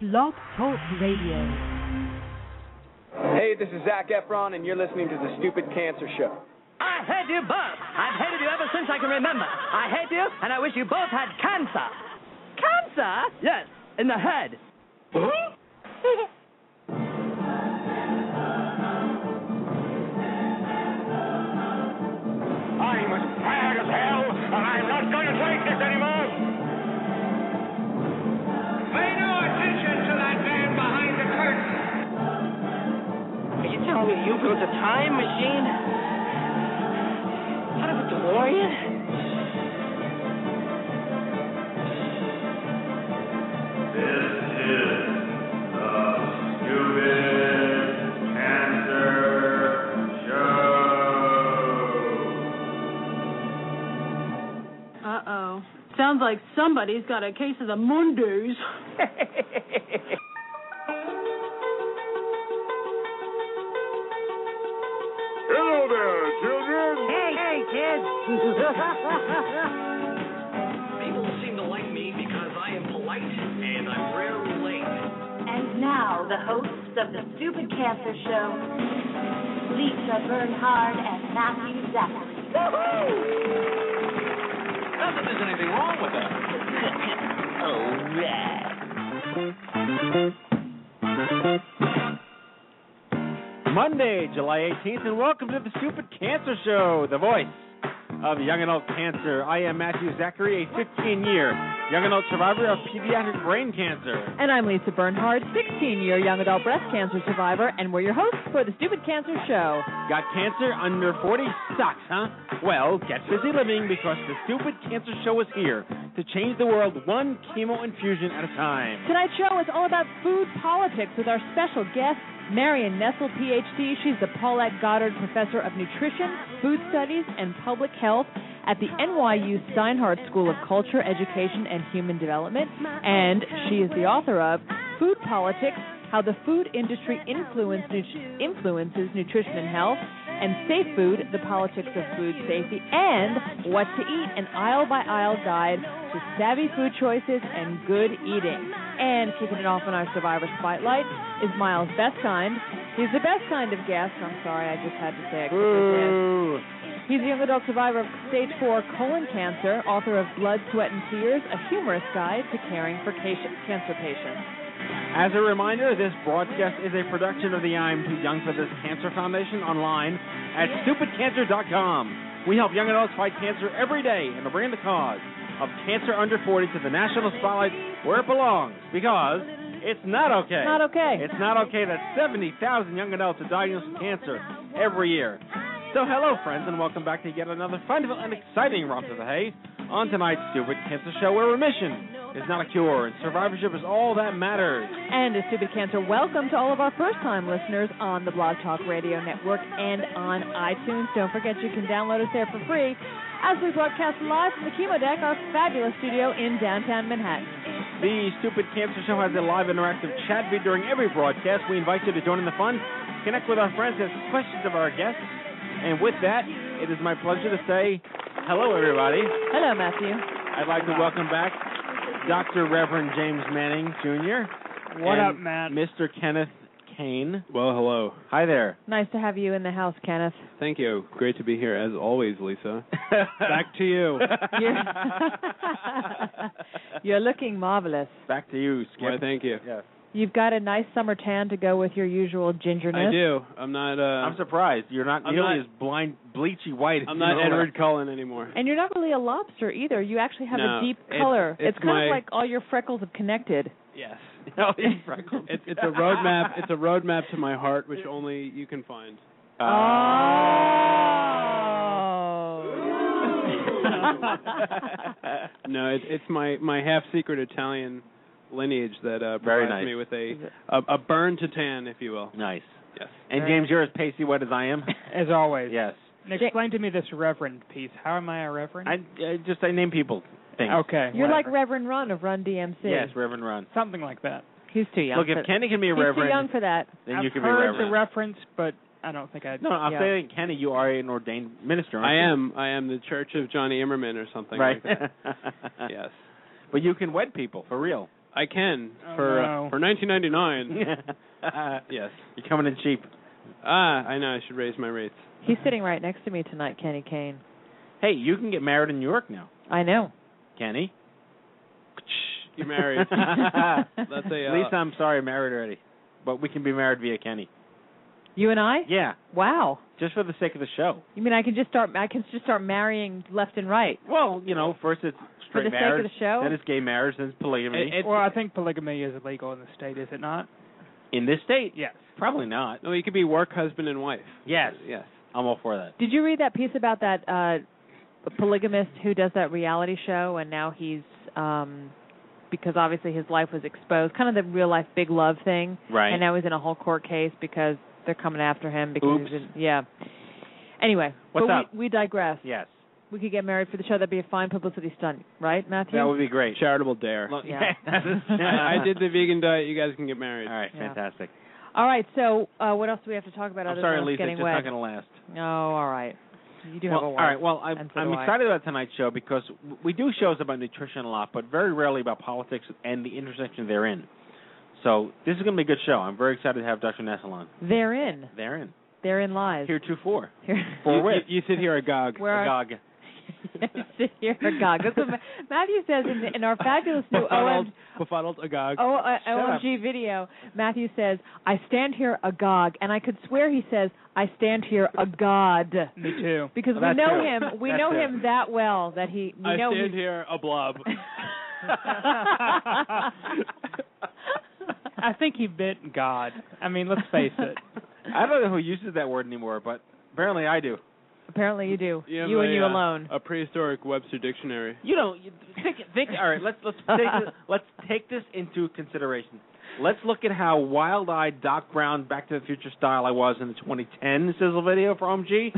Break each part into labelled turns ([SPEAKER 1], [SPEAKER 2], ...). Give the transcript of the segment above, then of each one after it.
[SPEAKER 1] Blog Talk Radio.
[SPEAKER 2] Hey, this is Zach Efron, and you're listening to The Stupid Cancer Show.
[SPEAKER 3] I hate you both. I've hated you ever since I can remember. I hate you, and I wish you both had cancer. Cancer? Yes, in the head.
[SPEAKER 4] I'm as mad as hell, and I'm not going to take this anymore. Pay no attention to that man behind the curtain.
[SPEAKER 5] Are you telling me you built a time machine out of a DeLorean?
[SPEAKER 6] Uh oh. Sounds like somebody's got a case of the Mondays.
[SPEAKER 4] Hello there, children.
[SPEAKER 5] Hey, hey, kids.
[SPEAKER 7] People seem to like me because I am polite and I'm rarely late.
[SPEAKER 8] And now, the hosts of the Stupid Cancer Show, Lisa Bernhard and Matthew Zachary.
[SPEAKER 7] Not that there's anything wrong with that.
[SPEAKER 9] Monday, July 18th, and welcome to the Stupid Cancer Show, the voice of young adult cancer. I am Matthew Zachary, a 15 year young adult survivor of pediatric brain cancer.
[SPEAKER 10] And I'm Lisa Bernhard, 16 year young adult breast cancer survivor, and we're your hosts for the Stupid Cancer Show.
[SPEAKER 9] Got cancer under 40? Sucks, huh? Well, get busy living because the Stupid Cancer Show is here to change the world one chemo infusion at a time.
[SPEAKER 10] Tonight's show is all about food politics with our special guest, Marion Nessel, PhD. She's the Paulette Goddard Professor of Nutrition, Food Studies, and Public Health at the NYU Steinhardt School of Culture, Education, and Human Development. And she is the author of Food Politics How the Food Industry Influence, Nut- Influences Nutrition and Health, and Safe Food The Politics of Food Safety, and What to Eat An Aisle by Aisle Guide to Savvy Food Choices and Good Eating. And kicking it off in our Survivor Spotlight is Miles Bestkind. He's the best kind of guest. I'm sorry, I just had to say it. 'cause I did.
[SPEAKER 9] Boo.
[SPEAKER 10] He's a young adult survivor of stage 4 colon cancer, author of Blood, Sweat, and Tears, a humorous guide to caring for ca- cancer patients.
[SPEAKER 9] As a reminder, this broadcast is a production of the I'm Too Young for This Cancer Foundation online at stupidcancer.com. We help young adults fight cancer every day and are bringing the cause of cancer under 40 to the national spotlight where it belongs because it's not okay.
[SPEAKER 10] Not okay.
[SPEAKER 9] It's not okay that 70,000 young adults are diagnosed with cancer every year. So, hello, friends, and welcome back to yet another fun and exciting romp to the hay on tonight's Stupid Cancer Show, where remission is not a cure and survivorship is all that matters.
[SPEAKER 10] And as Stupid Cancer, welcome to all of our first time listeners on the Blog Talk Radio Network and on iTunes. Don't forget you can download us there for free as we broadcast live from the Chemo Deck, our fabulous studio in downtown Manhattan.
[SPEAKER 9] The Stupid Cancer Show has a live interactive chat feed during every broadcast. We invite you to join in the fun, connect with our friends, ask questions of our guests, and with that, it is my pleasure to say hello, everybody.
[SPEAKER 10] Hello, Matthew.
[SPEAKER 9] I'd like to welcome back Dr. Reverend James Manning Jr.
[SPEAKER 11] What
[SPEAKER 9] and
[SPEAKER 11] up, Matt?
[SPEAKER 9] Mr. Kenneth Kane.
[SPEAKER 11] Well, hello.
[SPEAKER 9] Hi there.
[SPEAKER 10] Nice to have you in the house, Kenneth.
[SPEAKER 11] Thank you. Great to be here, as always, Lisa.
[SPEAKER 9] Back
[SPEAKER 11] to you.
[SPEAKER 10] You're, You're looking marvelous.
[SPEAKER 9] Back to you, Skip.
[SPEAKER 11] Why, thank you.
[SPEAKER 9] Yeah.
[SPEAKER 10] You've got a nice summer tan to go with your usual gingerness.
[SPEAKER 11] I do. I'm not. Uh,
[SPEAKER 9] I'm surprised you're not
[SPEAKER 11] I'm
[SPEAKER 9] nearly as
[SPEAKER 11] not-
[SPEAKER 9] blind, bleachy white. as
[SPEAKER 11] I'm
[SPEAKER 9] you
[SPEAKER 11] not
[SPEAKER 9] know.
[SPEAKER 11] Edward Cullen anymore.
[SPEAKER 10] And you're not really a lobster either. You actually have
[SPEAKER 11] No,
[SPEAKER 10] a deep
[SPEAKER 11] it's-
[SPEAKER 10] color.
[SPEAKER 11] it's
[SPEAKER 10] kind
[SPEAKER 11] my-
[SPEAKER 10] of like all your freckles have connected.
[SPEAKER 11] Yes.
[SPEAKER 9] No, he's freckled.
[SPEAKER 11] It's it's a roadmap. It's a roadmap to my heart, which only you can find.
[SPEAKER 9] Uh,
[SPEAKER 10] Oh.
[SPEAKER 11] No, it, it's my my half secret Italian lineage that uh,
[SPEAKER 9] Very
[SPEAKER 11] provides
[SPEAKER 9] nice.
[SPEAKER 11] me with a, a a burn to tan, if you will.
[SPEAKER 9] nice.
[SPEAKER 11] Yes.
[SPEAKER 9] And
[SPEAKER 10] Very-
[SPEAKER 9] James, you're as pasty wet as I am.
[SPEAKER 12] As always.
[SPEAKER 9] yes.
[SPEAKER 12] And explain to me this reverend piece. How am I a reverend? Oh,
[SPEAKER 9] I, I just I name people things.
[SPEAKER 12] okay.
[SPEAKER 10] You're like
[SPEAKER 12] whatever.
[SPEAKER 10] Reverend Run of Run DMC.
[SPEAKER 9] Yes, Reverend Ron.
[SPEAKER 12] something like that.
[SPEAKER 10] He's too young.
[SPEAKER 9] Look,
[SPEAKER 10] for
[SPEAKER 9] if Kenny can be a
[SPEAKER 10] He's too young
[SPEAKER 9] reverend,
[SPEAKER 10] for that.
[SPEAKER 9] then
[SPEAKER 12] I've
[SPEAKER 9] you can be
[SPEAKER 12] heard
[SPEAKER 9] reverend.
[SPEAKER 12] the reference, but I don't think I.
[SPEAKER 9] no, I'm
[SPEAKER 10] Yeah.
[SPEAKER 9] saying Kenny, you are an ordained minister.
[SPEAKER 11] I
[SPEAKER 9] aren't
[SPEAKER 11] am. I am the Church of Johnny Immerman or something
[SPEAKER 9] you? right.
[SPEAKER 11] like that. yes.
[SPEAKER 9] But you can wed people for real.
[SPEAKER 11] I can
[SPEAKER 12] Oh,
[SPEAKER 11] for
[SPEAKER 12] no.
[SPEAKER 11] for 1999. uh, yes,
[SPEAKER 9] you're coming in cheap.
[SPEAKER 11] Ah, I know. I should raise my rates.
[SPEAKER 10] He's sitting right next to me tonight, Kenny Kane.
[SPEAKER 9] Hey, you can get married in New York now,
[SPEAKER 10] I know.
[SPEAKER 9] Kenny.
[SPEAKER 11] You're married. That's a. Uh,
[SPEAKER 9] Lisa, I'm sorry, I'm married already, but we can be married via Kenny.
[SPEAKER 10] You and I?
[SPEAKER 9] Yeah,
[SPEAKER 10] Wow.
[SPEAKER 9] just for the sake of the show.
[SPEAKER 10] You mean I can just start I can just start marrying left and right?
[SPEAKER 9] Well, you know, first it's
[SPEAKER 10] For
[SPEAKER 9] straight
[SPEAKER 10] the sake of
[SPEAKER 9] marriage,
[SPEAKER 10] the show?
[SPEAKER 9] then it's gay marriage, then it's polygamy.
[SPEAKER 12] well, I think polygamy is illegal in the state, is it not?
[SPEAKER 9] in this state,
[SPEAKER 12] Yes.
[SPEAKER 9] probably not.
[SPEAKER 11] No, you could be work husband and wife.
[SPEAKER 9] Yes,
[SPEAKER 11] Yes.
[SPEAKER 9] I'm all for that.
[SPEAKER 10] Did you read that piece about that uh polygamist who does that reality show and now he's um because obviously his life was exposed, kind of the real life big love thing.
[SPEAKER 9] Right.
[SPEAKER 10] And now he's in a whole court case because they're coming after him because
[SPEAKER 9] Oops.
[SPEAKER 10] he's in, yeah. Anyway,
[SPEAKER 9] What's
[SPEAKER 10] but
[SPEAKER 9] up?
[SPEAKER 10] we we digress.
[SPEAKER 9] Yes,
[SPEAKER 10] We could get married for the show. That'd be a fine publicity stunt, right, Matthew?
[SPEAKER 9] that would be great.
[SPEAKER 11] Charitable dare.
[SPEAKER 10] Yeah.
[SPEAKER 11] I, I did the vegan diet. You guys can get married.
[SPEAKER 9] All right,
[SPEAKER 10] Yeah.
[SPEAKER 9] fantastic.
[SPEAKER 10] All right. So, uh, what else do we have to talk about?
[SPEAKER 9] I'm
[SPEAKER 10] other
[SPEAKER 9] sorry,
[SPEAKER 10] than us
[SPEAKER 9] Lisa, it's
[SPEAKER 10] getting
[SPEAKER 9] just
[SPEAKER 10] wet?
[SPEAKER 9] not going to last.
[SPEAKER 10] Oh, all right. You do
[SPEAKER 9] well,
[SPEAKER 10] have a
[SPEAKER 9] all
[SPEAKER 10] wife.
[SPEAKER 9] right. Well, I,
[SPEAKER 10] and so
[SPEAKER 9] I'm
[SPEAKER 10] do I.
[SPEAKER 9] excited about tonight's show because w- we do shows about nutrition a lot, but very rarely about politics and the intersection they're in. So this is going to be a good show. I'm very excited to have Dr. Nessel on.
[SPEAKER 10] Therein,
[SPEAKER 9] They're in.
[SPEAKER 10] therein lies.
[SPEAKER 9] Here two four.
[SPEAKER 10] Here-
[SPEAKER 9] For
[SPEAKER 11] You,
[SPEAKER 9] with.
[SPEAKER 11] you, you sit here agog.
[SPEAKER 10] Where are-
[SPEAKER 9] Agog.
[SPEAKER 10] sit here, God. That's what Ma- Matthew says in, in our fabulous new
[SPEAKER 11] befuddled,
[SPEAKER 10] OM,
[SPEAKER 11] befuddled agog.
[SPEAKER 10] O- uh,
[SPEAKER 9] up.
[SPEAKER 10] OMG video. Matthew says, "I stand here agog," and I could swear he says, "I stand here agog,"
[SPEAKER 12] Me too.
[SPEAKER 10] because we
[SPEAKER 9] That's
[SPEAKER 10] know
[SPEAKER 9] it.
[SPEAKER 10] him. We
[SPEAKER 9] That's
[SPEAKER 10] know
[SPEAKER 9] it.
[SPEAKER 10] him that well that he. We
[SPEAKER 11] I
[SPEAKER 10] know
[SPEAKER 11] stand
[SPEAKER 10] he's-
[SPEAKER 11] here a blob.
[SPEAKER 12] I think he bit God. I mean, let's face it.
[SPEAKER 9] I don't know who uses that word anymore, but apparently I do.
[SPEAKER 10] Apparently, you do.
[SPEAKER 11] have
[SPEAKER 10] you and
[SPEAKER 11] a,
[SPEAKER 10] you
[SPEAKER 11] uh,
[SPEAKER 10] alone.
[SPEAKER 11] A prehistoric Webster dictionary.
[SPEAKER 9] You know, you think, think. All right, let's let's take this, let's take this into consideration. Let's look at how wild-eyed Doc Brown, Back to the Future style, I was in the 2010 sizzle video for OMG,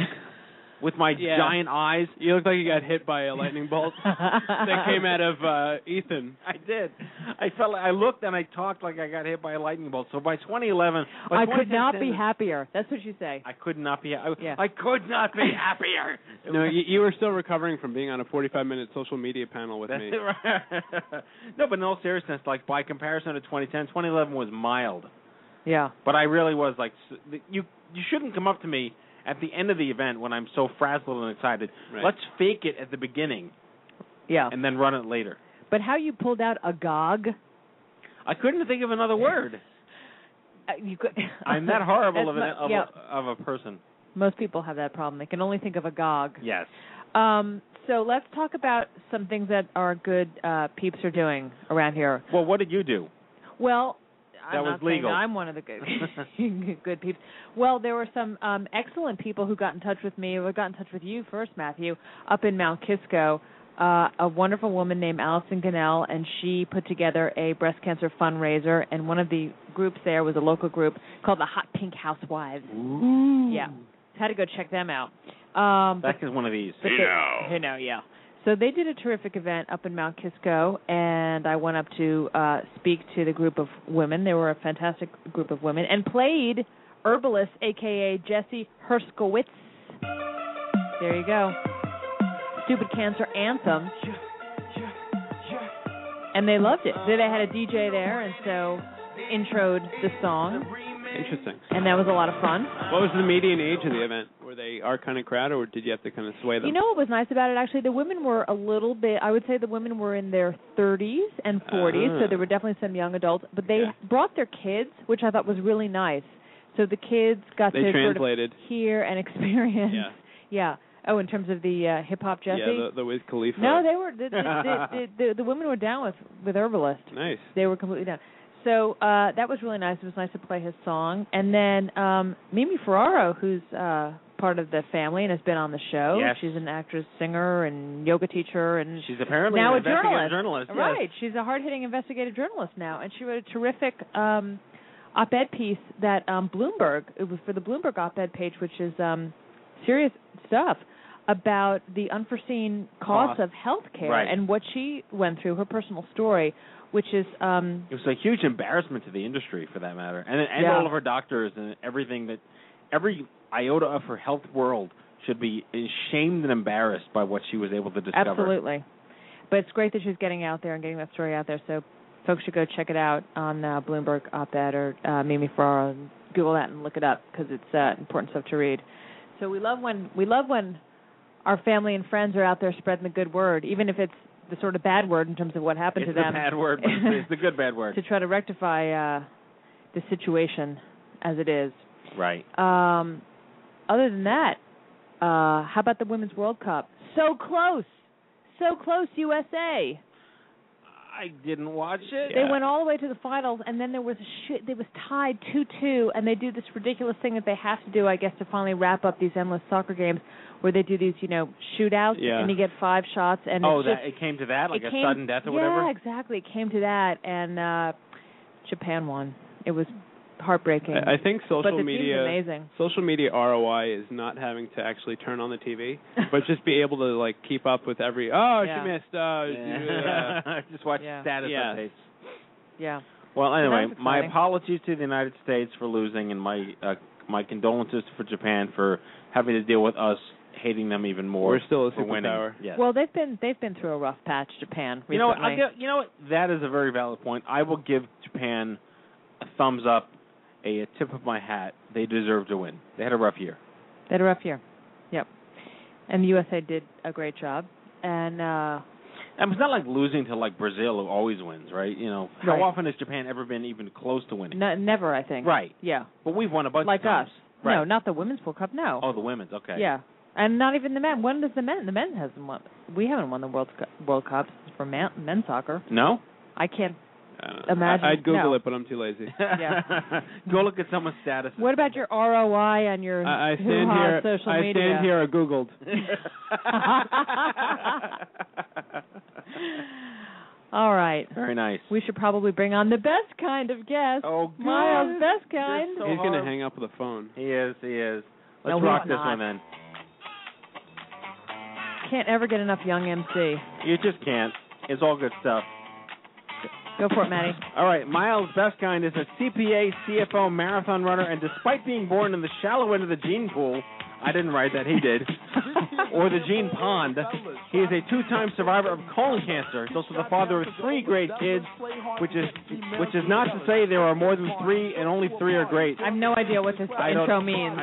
[SPEAKER 9] with my
[SPEAKER 11] Yeah.
[SPEAKER 9] giant eyes.
[SPEAKER 11] You look like you got hit by a lightning bolt that came out of uh Ethan.
[SPEAKER 9] I did. I felt. Like, I looked and I talked like I got hit by a lightning bolt. So by 2011, by
[SPEAKER 10] I could not be
[SPEAKER 9] 2010
[SPEAKER 10] happier. That's what you say.
[SPEAKER 9] I could not be. I,
[SPEAKER 10] Yeah.
[SPEAKER 9] I could not be happier.
[SPEAKER 11] No, you, you were still recovering from being on a 45 minute social media panel with
[SPEAKER 9] That's
[SPEAKER 11] me.
[SPEAKER 9] right. no, but in all seriousness, like by comparison to 2010, 2011 was mild.
[SPEAKER 10] Yeah.
[SPEAKER 9] But I really was like, s- you you shouldn't come up to me at the end of the event when I'm so frazzled and excited.
[SPEAKER 11] Right.
[SPEAKER 9] Let's fake it at the beginning
[SPEAKER 10] Yeah.
[SPEAKER 9] and then run it later.
[SPEAKER 10] But how you pulled out agog?
[SPEAKER 9] I couldn't think of another word.
[SPEAKER 10] uh, You could.
[SPEAKER 9] I'm that horrible of, an,
[SPEAKER 10] That's my-
[SPEAKER 9] of,
[SPEAKER 10] yeah.
[SPEAKER 9] a, of a person.
[SPEAKER 10] Most people have that problem. They can only think of agog.
[SPEAKER 9] Yes.
[SPEAKER 10] Um. So let's talk about some things that our good uh, peeps are doing around here.
[SPEAKER 9] Well, what did you do?
[SPEAKER 10] Well, I'm
[SPEAKER 9] That was
[SPEAKER 10] not saying
[SPEAKER 9] legal.
[SPEAKER 10] that I'm one of the good good peeps. Well, there were some um excellent people who got in touch with me. Who got in touch with you first, Matthew, up in Mount Kisco. Uh, a wonderful woman named Allison Gannell, and she put together a breast cancer fundraiser. And one of the groups there was a local group called the Hot Pink Housewives. Yeah, had to go check them out. Um, but
[SPEAKER 9] That is one of these.
[SPEAKER 10] but they- you know, yeah. So they did a terrific event up in Mount Kisco, and I went up to uh, speak to the group of women. They were a fantastic group of women, and played herbalist, aka Jesse Herskowitz. There you go. Stupid cancer anthem. And they loved it. They they had a DJ there, and so introed the song,
[SPEAKER 11] Interesting.
[SPEAKER 10] and that was a lot of fun.
[SPEAKER 11] What was the median age of the event? Were they our kind of crowd, or did you have to kind of sway them?
[SPEAKER 10] You know what was nice about it actually? The women were a little bit I would say the women were in their 30s and 40s,
[SPEAKER 11] Ah.
[SPEAKER 10] so there were definitely some young adults, but they
[SPEAKER 11] Okay.
[SPEAKER 10] brought their kids, which I thought was really nice. So the kids got
[SPEAKER 11] they
[SPEAKER 10] to
[SPEAKER 11] translated.
[SPEAKER 10] sort of hear and experience.
[SPEAKER 11] Yeah.
[SPEAKER 10] Yeah. Oh, in terms of the uh, hip hop Jesse.
[SPEAKER 11] Yeah, the, the Wiz Khalifa.
[SPEAKER 10] no, they were the the, the, the the women were down with with herbalist.
[SPEAKER 11] nice.
[SPEAKER 10] They were completely down. So uh that was really nice. It was nice to play his song. And then um Mimi Ferraro, who's uh part of the family and has been on the show.
[SPEAKER 9] Yes.
[SPEAKER 10] She's an actress, singer and yoga teacher and
[SPEAKER 9] She's apparently an
[SPEAKER 10] Now a
[SPEAKER 9] investigative journalist.
[SPEAKER 10] journalist.
[SPEAKER 9] yes.
[SPEAKER 10] right. She's a hard hitting investigative journalist now and she wrote a terrific um op ed piece that um Bloomberg it was for the Bloomberg op ed page which is um serious stuff about the unforeseen costs
[SPEAKER 9] Costs.
[SPEAKER 10] of healthcare
[SPEAKER 9] Right.
[SPEAKER 10] and what she went through, her personal story, which is um
[SPEAKER 9] It was a huge embarrassment to the industry, for that matter, and and
[SPEAKER 10] Yeah.
[SPEAKER 9] all of her doctors and everything that every iota of her health world should be shamed and embarrassed by what she was able to discover.
[SPEAKER 10] Absolutely. But it's great that she's getting out there and getting that story out there so folks should go check it out on uh, Bloomberg op-ed or uh, Mimi Ferraro. and Google that and look it up because it's uh, important stuff to read. So we love when we love when our family and friends are out there spreading the good word, even if it's the sort of bad word in terms of what happened
[SPEAKER 11] it's
[SPEAKER 10] to them.
[SPEAKER 11] the bad word, but it's the good bad word.
[SPEAKER 10] to try to rectify uh, the situation as it is.
[SPEAKER 11] Right.
[SPEAKER 10] Um, other than that, uh, how about the Women's World Cup? So close, so close, USA.
[SPEAKER 11] I didn't watch it.
[SPEAKER 10] They went all the way to the finals, and then there was a shit. They was tied two-two, and they do this ridiculous thing that they have to do, I guess, to finally wrap up these endless soccer games, where they do these, you know, shootouts,
[SPEAKER 11] Yeah.
[SPEAKER 10] and you get five shots, and
[SPEAKER 11] oh,
[SPEAKER 10] it's
[SPEAKER 11] that
[SPEAKER 10] just,
[SPEAKER 11] it came to that, like
[SPEAKER 10] it
[SPEAKER 11] a
[SPEAKER 10] came-
[SPEAKER 11] sudden death or
[SPEAKER 10] yeah,
[SPEAKER 11] whatever.
[SPEAKER 10] exactly. It came to that, and uh Japan won. It was heartbreaking.
[SPEAKER 9] I, I think social
[SPEAKER 10] but the
[SPEAKER 9] media
[SPEAKER 10] team's amazing.
[SPEAKER 9] social media ROI is not having to actually turn on the TV, but just be able to like keep up with every oh
[SPEAKER 10] Yeah.
[SPEAKER 9] she missed oh
[SPEAKER 11] uh, Yeah. just watch
[SPEAKER 10] Yeah.
[SPEAKER 11] status
[SPEAKER 9] Yeah.
[SPEAKER 11] updates.
[SPEAKER 10] Yeah.
[SPEAKER 11] Well, anyway,
[SPEAKER 10] that's
[SPEAKER 11] my
[SPEAKER 10] exciting.
[SPEAKER 11] apologies to the United States for losing, and my uh, my condolences for Japan for having to deal with us hating them even more.
[SPEAKER 9] We're still a
[SPEAKER 11] for winning.
[SPEAKER 9] superpower.
[SPEAKER 11] Yes.
[SPEAKER 10] Well, they've been they've been through a rough patch, Japan. Recently.
[SPEAKER 11] you know what? I'll give, you know what? That is a very valid point. I will give Japan a thumbs up, a, a tip of my hat. They deserve to win. They had a rough year.
[SPEAKER 10] They had a rough year. Yep. And the USA did a great job. And uh
[SPEAKER 11] And it's not like losing to like Brazil who always wins, right? You know, how
[SPEAKER 10] Right.
[SPEAKER 11] often has Japan ever been even close to winning?
[SPEAKER 10] n- never, I think.
[SPEAKER 11] Right.
[SPEAKER 10] Yeah.
[SPEAKER 11] But we've won a bunch
[SPEAKER 10] Like
[SPEAKER 11] of times.
[SPEAKER 10] us.
[SPEAKER 11] Right.
[SPEAKER 10] No, not the Women's World Cup. No.
[SPEAKER 11] Oh, the women's. Okay.
[SPEAKER 10] Yeah. And not even the men. When does the men? The men hasn't won. We haven't won the World Cup, World Cups for man, men's soccer.
[SPEAKER 11] No.
[SPEAKER 10] I can't.
[SPEAKER 9] Uh,
[SPEAKER 10] Imagine-
[SPEAKER 9] I, I'd Google
[SPEAKER 10] no.
[SPEAKER 9] it, but I'm too lazy.
[SPEAKER 10] Yeah.
[SPEAKER 11] Go look at someone's status.
[SPEAKER 10] What about your ROI on your
[SPEAKER 9] I, I stand
[SPEAKER 10] hoo-ha
[SPEAKER 9] here.
[SPEAKER 10] social
[SPEAKER 9] I
[SPEAKER 10] media?
[SPEAKER 9] stand here. I googled.
[SPEAKER 10] All right.
[SPEAKER 11] Very nice.
[SPEAKER 10] We should probably bring on the best kind of guest.
[SPEAKER 11] Oh,
[SPEAKER 10] Miles,
[SPEAKER 11] God.
[SPEAKER 10] best kind.
[SPEAKER 9] He's gonna hang up the phone.
[SPEAKER 11] He is. He is.
[SPEAKER 10] No,
[SPEAKER 11] Let's
[SPEAKER 10] he's
[SPEAKER 11] rock this
[SPEAKER 10] not.
[SPEAKER 11] one then.
[SPEAKER 10] Can't ever get enough young MC.
[SPEAKER 11] You just can't. It's all good stuff.
[SPEAKER 10] Go for it, Maddie.
[SPEAKER 11] All right, Miles Beskind is a CPA, CFO, marathon runner, and despite being born in the shallow end of the gene pool, I didn't write that, he did, or the gene pond, he is a two-time survivor of colon cancer. He's also the father of three great kids, which is which is not to say there are more than three and only three are great.
[SPEAKER 10] I have no idea what this
[SPEAKER 11] I don't-
[SPEAKER 10] intro means.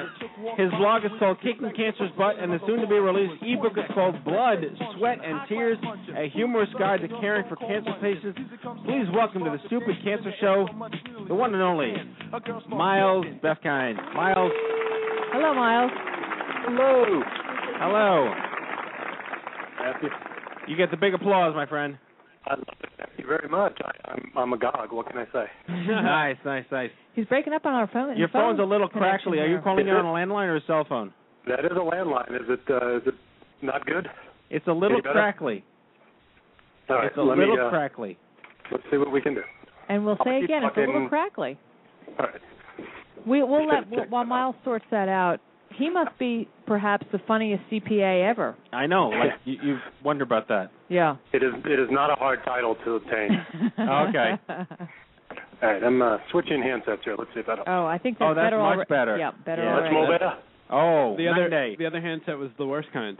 [SPEAKER 11] His blog is called Kicking Cancer's Butt, and the soon to be released ebook is called Blood, Sweat, and Tears A Humorous Guide to Caring for Cancer Patients. Please welcome to the Stupid Cancer Show, the one and only Miles Befkind. Miles,
[SPEAKER 10] Hello, Miles.
[SPEAKER 13] Hello.
[SPEAKER 11] hello.
[SPEAKER 13] Happy.
[SPEAKER 11] You get the big applause, my friend.
[SPEAKER 13] I love it. Thank you very much. I, I'm, I'm agog. What can I say?
[SPEAKER 11] nice, nice, nice.
[SPEAKER 10] He's breaking up on our phone.
[SPEAKER 11] Your phone's a little crackly. Are you calling in
[SPEAKER 13] here.
[SPEAKER 11] on a landline or a cell phone?
[SPEAKER 13] That is a landline. Is it, uh, is it not good?
[SPEAKER 11] It's a little
[SPEAKER 13] Any better?
[SPEAKER 11] crackly.
[SPEAKER 13] All right.
[SPEAKER 11] It's a
[SPEAKER 13] let
[SPEAKER 11] little
[SPEAKER 13] me, uh,
[SPEAKER 11] crackly.
[SPEAKER 13] Let's see what we can do.
[SPEAKER 10] And we'll say
[SPEAKER 13] keep
[SPEAKER 10] again, it's a little
[SPEAKER 13] talking.
[SPEAKER 10] crackly.
[SPEAKER 13] All right.
[SPEAKER 10] We, we'll
[SPEAKER 13] Just
[SPEAKER 10] let
[SPEAKER 13] gonna check
[SPEAKER 10] while Miles sorts that out. He must be perhaps the funniest CPA ever.
[SPEAKER 11] I know. Like you, you wonder about that.
[SPEAKER 10] Yeah.
[SPEAKER 13] It is it is not a hard title to obtain.
[SPEAKER 11] Okay.
[SPEAKER 13] All right. I'm uh, switching handsets here. Let's see if that helps.
[SPEAKER 10] Oh, I think that's
[SPEAKER 11] Oh, that's
[SPEAKER 10] better.
[SPEAKER 11] much
[SPEAKER 10] alre-
[SPEAKER 11] better.
[SPEAKER 10] Yeah, better
[SPEAKER 11] Yeah.
[SPEAKER 13] Much
[SPEAKER 10] already.
[SPEAKER 13] more better.
[SPEAKER 11] Oh,
[SPEAKER 9] The other
[SPEAKER 11] Monday.
[SPEAKER 9] the other handset was the worst kind.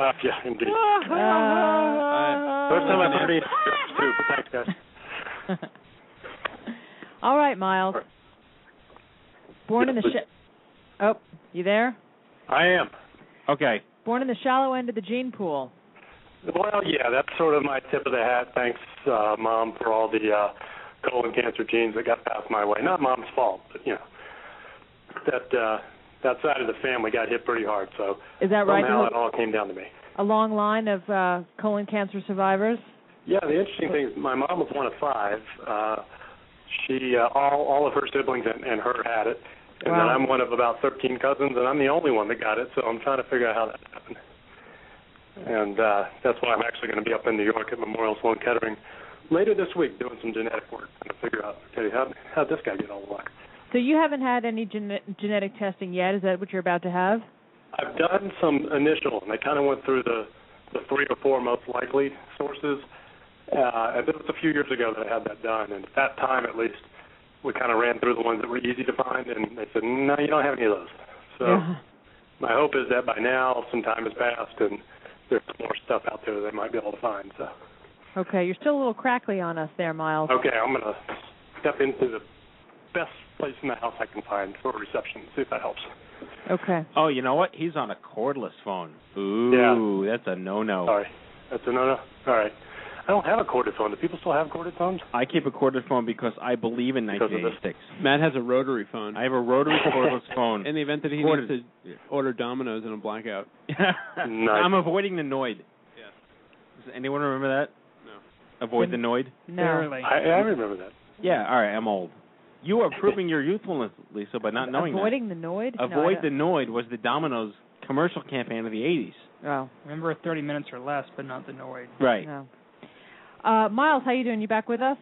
[SPEAKER 13] Uh, yeah, indeed.
[SPEAKER 10] Uh,
[SPEAKER 9] I-
[SPEAKER 13] First time I've heard it. Too. Thanks, guys.
[SPEAKER 10] all right, Miles. Born in the sh- oh, you there?
[SPEAKER 13] I am.
[SPEAKER 11] Okay.
[SPEAKER 10] Born in the shallow end of the gene pool.
[SPEAKER 13] Well, yeah, that's sort of my tip of the hat. Thanks, uh, mom, for all the uh, colon cancer genes that got passed my way. Not mom's fault, but you know, that uh, that side of the family got hit pretty hard. So
[SPEAKER 10] Is that right?
[SPEAKER 13] somehow it all came down to me.
[SPEAKER 10] A long line of uh, colon cancer survivors.
[SPEAKER 13] Yeah, the interesting thing is my mom was one of five. Uh, she uh, all all of her siblings and, and her had it, and
[SPEAKER 10] Wow.
[SPEAKER 13] then I'm one of about 13 cousins, and I'm the only one that got it. So I'm trying to figure out how that happened. And uh, that's why I'm actually going to be up in New York at Memorial Sloan Kettering later this week doing some genetic work, trying to figure out okay how how this guy get all the luck.
[SPEAKER 10] So you haven't had any gene- genetic testing yet. Is that what you're about to have?
[SPEAKER 13] I've done some initial, and I kind of went through the the three or four most likely sources. Uh, and it was a few years ago that I had that done, and at that time, at least, we kind of ran through the ones that were easy to find, and they said, "No, you don't have any of those." So
[SPEAKER 10] Yeah.
[SPEAKER 13] my hope is that by now, some time has passed, and there's some more stuff out there that they might be able to find. So
[SPEAKER 10] Okay, you're still a little crackly on us there, Miles.
[SPEAKER 13] Okay, I'm gonna step into the best place in the house I can find for reception. See if that helps.
[SPEAKER 10] Okay.
[SPEAKER 11] Oh, you know what? He's on a cordless phone. Ooh, that's a no-no.
[SPEAKER 13] Sorry, that's a no-no. All right. I don't have a corded phone. Do people still have corded phones?
[SPEAKER 11] I keep a cordless phone because I believe in
[SPEAKER 13] Because of this.
[SPEAKER 11] 1986.
[SPEAKER 9] Matt has a rotary phone.
[SPEAKER 11] I have a rotary cordless phone.
[SPEAKER 9] In the event that he
[SPEAKER 11] Corded.
[SPEAKER 9] needs to order Domino's in a blackout.
[SPEAKER 13] Nice.
[SPEAKER 11] I'm avoiding the Noid. Does anyone remember that? No. Avoid the Noid?
[SPEAKER 10] No. Barely.
[SPEAKER 13] I, I remember that.
[SPEAKER 11] Yeah, all right, I'm old. You are proving your youthfulness, Lisa, by not knowing
[SPEAKER 10] Avoiding the Noid?
[SPEAKER 11] that.
[SPEAKER 10] no, I
[SPEAKER 11] Avoid
[SPEAKER 10] don't-
[SPEAKER 11] the Noid was the Domino's commercial campaign of the 80s.
[SPEAKER 10] Oh.
[SPEAKER 14] Remember 30 minutes or less, but not the Noid.
[SPEAKER 11] Right.
[SPEAKER 10] No. Uh, Miles, how you doing? You back with us?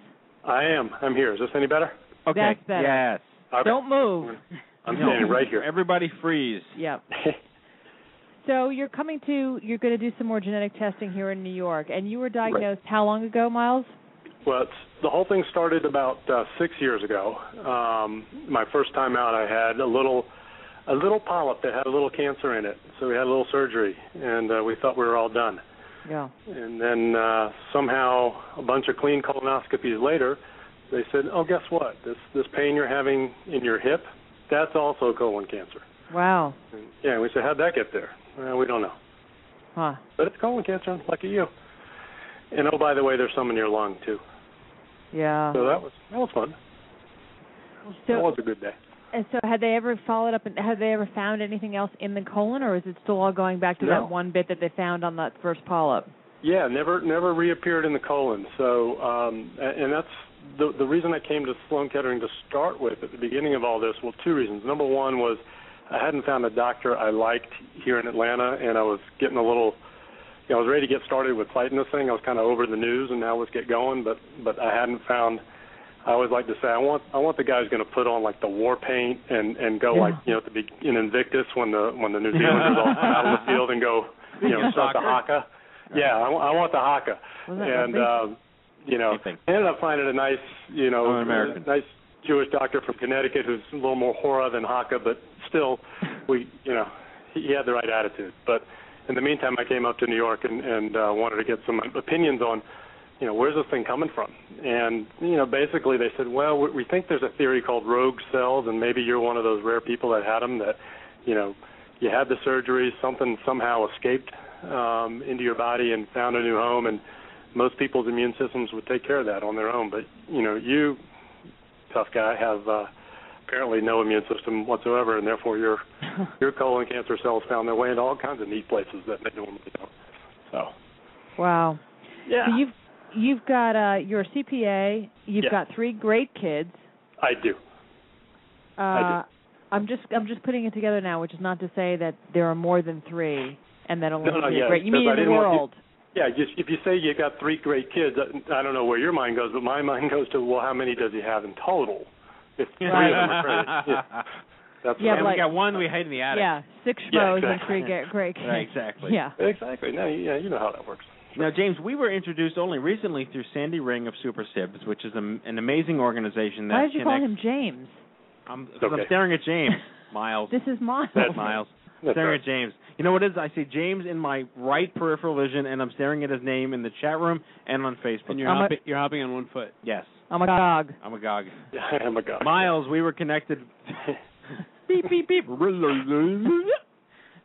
[SPEAKER 13] I am. I'm here. Is this any better?
[SPEAKER 11] Okay.
[SPEAKER 10] That's better.
[SPEAKER 11] Yes.
[SPEAKER 13] Okay.
[SPEAKER 10] Don't move.
[SPEAKER 13] I'm standing right here.
[SPEAKER 11] Everybody freeze.
[SPEAKER 10] Yep. So you're coming to you're going to do some more genetic testing here in New York, and you were diagnosed how long ago, Miles?
[SPEAKER 13] Well, it's, the whole thing started about uh, six years ago. Um, my first time out, I had a little, a little polyp that had a little cancer in it. So we had a little surgery, and uh, we thought we were all done.
[SPEAKER 10] Yeah.
[SPEAKER 13] And then uh, somehow, a bunch of clean colonoscopies later, they said, "Oh, guess what? This this pain you're having in your hip, that's also colon cancer."
[SPEAKER 10] Wow.
[SPEAKER 13] And, yeah, and we said, "How'd that get there?" Uh, we don't know,
[SPEAKER 10] Huh.
[SPEAKER 13] but it's colon cancer. Lucky you. And oh, by the way, there's some in your lung too.
[SPEAKER 10] Yeah.
[SPEAKER 13] So that was that was fun. that
[SPEAKER 10] So
[SPEAKER 13] was a good day.
[SPEAKER 10] and so had they ever followed up and had they ever found anything else in the colon, or is it still all going back to
[SPEAKER 13] No.
[SPEAKER 10] that one bit that they found on that first polyp?
[SPEAKER 13] Yeah, never never reappeared in the colon. So um a- and that's the the reason I came to Sloan Kettering to start with at the beginning of all this, well two reasons. Number one was I hadn't found a doctor I liked here in Atlanta and I was getting a little you know, I was ready to get started with fighting this thing. I was kinda over the news and now let's get going but but I hadn't found I always like to say I want I want the guy who's gonna put on like the war paint and and go
[SPEAKER 10] Yeah.
[SPEAKER 13] like you know, to be in Invictus when the when the New Zealanders all come out on the field and go, you know, start the haka. Yeah, I, wa- I want the haka,
[SPEAKER 10] Wasn't that
[SPEAKER 13] and
[SPEAKER 10] rugby?
[SPEAKER 13] um, you know,
[SPEAKER 11] Anything.
[SPEAKER 13] I ended up finding a nice, you know,
[SPEAKER 11] I'm an American.
[SPEAKER 13] nice Jewish doctor from Connecticut who's a little more hora than haka, but still, we, you know, he he had the right attitude. But in the meantime, I came up to New York and and uh, wanted to get some opinions on, you know, where's this thing coming from? And you know, basically they said, well, we we think there's a theory called rogue cells, and maybe you're one of those rare people that had them that, you know, you had the surgery, something somehow escaped um, into your body and found a new home, and most people's immune systems would take care of that on their own. But you know, you tough guy have uh, apparently no immune system whatsoever, and therefore your your colon cancer cells found their way into all kinds of neat places that they normally don't. So
[SPEAKER 10] Wow.
[SPEAKER 13] yeah,
[SPEAKER 10] So you've you've got uh you're a CPA. You've
[SPEAKER 13] Yeah.
[SPEAKER 10] got three great kids.
[SPEAKER 13] I do. I
[SPEAKER 10] Uh, I'm just I'm just putting it together now, which is not to say that there are more than three, and that only
[SPEAKER 13] No, no,
[SPEAKER 10] three are
[SPEAKER 13] yeah,
[SPEAKER 10] great. You
[SPEAKER 13] because
[SPEAKER 10] mean
[SPEAKER 13] I
[SPEAKER 10] in the
[SPEAKER 13] didn't want you-
[SPEAKER 10] world?
[SPEAKER 13] Yeah, just if you say you got three great kids, uh, I, I don't know where your mind goes, but my mind goes to well, how many does he have in total? If three of them are great, yeah, that's
[SPEAKER 10] Yeah,
[SPEAKER 13] what
[SPEAKER 11] and
[SPEAKER 10] like-
[SPEAKER 11] we got one we hide in the attic.
[SPEAKER 10] yeah, six
[SPEAKER 13] Yeah,
[SPEAKER 10] schmoes and
[SPEAKER 13] exactly.
[SPEAKER 10] three ga- great kids.
[SPEAKER 11] Right, exactly.
[SPEAKER 10] Yeah.
[SPEAKER 13] Exactly. No, yeah, you know how that works.
[SPEAKER 11] Now, James, we were introduced only recently through Sandy Ring of Super Sibs, which is am- an amazing organization that
[SPEAKER 10] Why did you call
[SPEAKER 11] connects.
[SPEAKER 10] him James?
[SPEAKER 11] I'm, 'cause
[SPEAKER 13] It's okay.
[SPEAKER 11] I'm staring at James. Miles.
[SPEAKER 10] This is Miles.
[SPEAKER 11] That's Miles.
[SPEAKER 13] That's
[SPEAKER 11] staring
[SPEAKER 13] right.
[SPEAKER 11] at James. You know what it is? I see James in my right peripheral vision, and I'm staring at his name in the chat room and on Facebook.
[SPEAKER 9] And you're
[SPEAKER 10] I'm a-
[SPEAKER 9] hopping, you're hopping on one foot.
[SPEAKER 11] yes,
[SPEAKER 10] I'm a dog.
[SPEAKER 11] I'm a gog.
[SPEAKER 13] Yeah, oh my God.
[SPEAKER 11] Miles, we were connected.
[SPEAKER 10] Beep beep beep.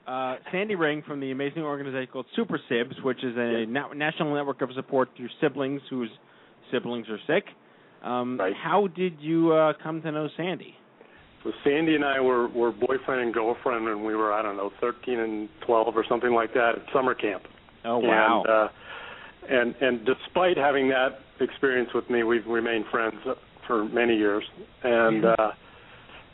[SPEAKER 11] Uh, Sandy Ring from the amazing organization called Super Sibs, which is a na- national network of support through siblings whose siblings are sick. Um,
[SPEAKER 13] Right.
[SPEAKER 11] How did you uh, come to know Sandy?
[SPEAKER 13] So Sandy and I were were boyfriend and girlfriend when we were I don't know 13 and 12 or something like that at summer camp.
[SPEAKER 11] Oh wow!
[SPEAKER 13] And uh, and and despite having that experience with me, we've remained friends for many years. And
[SPEAKER 11] Mm-hmm.
[SPEAKER 13] uh,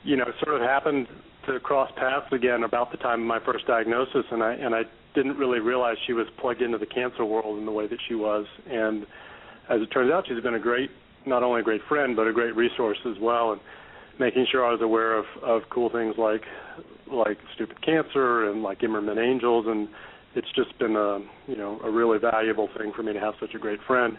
[SPEAKER 13] you know, it sort of happened to cross paths again about the time of my first diagnosis, and I and I didn't really realize she was plugged into the cancer world in the way that she was. And as it turns out, she's been a great not only a great friend but a great resource as well. And making sure I was aware of of cool things like like stupid cancer and like Immerman angels and it's just been a you know a really valuable thing for me to have such a great friend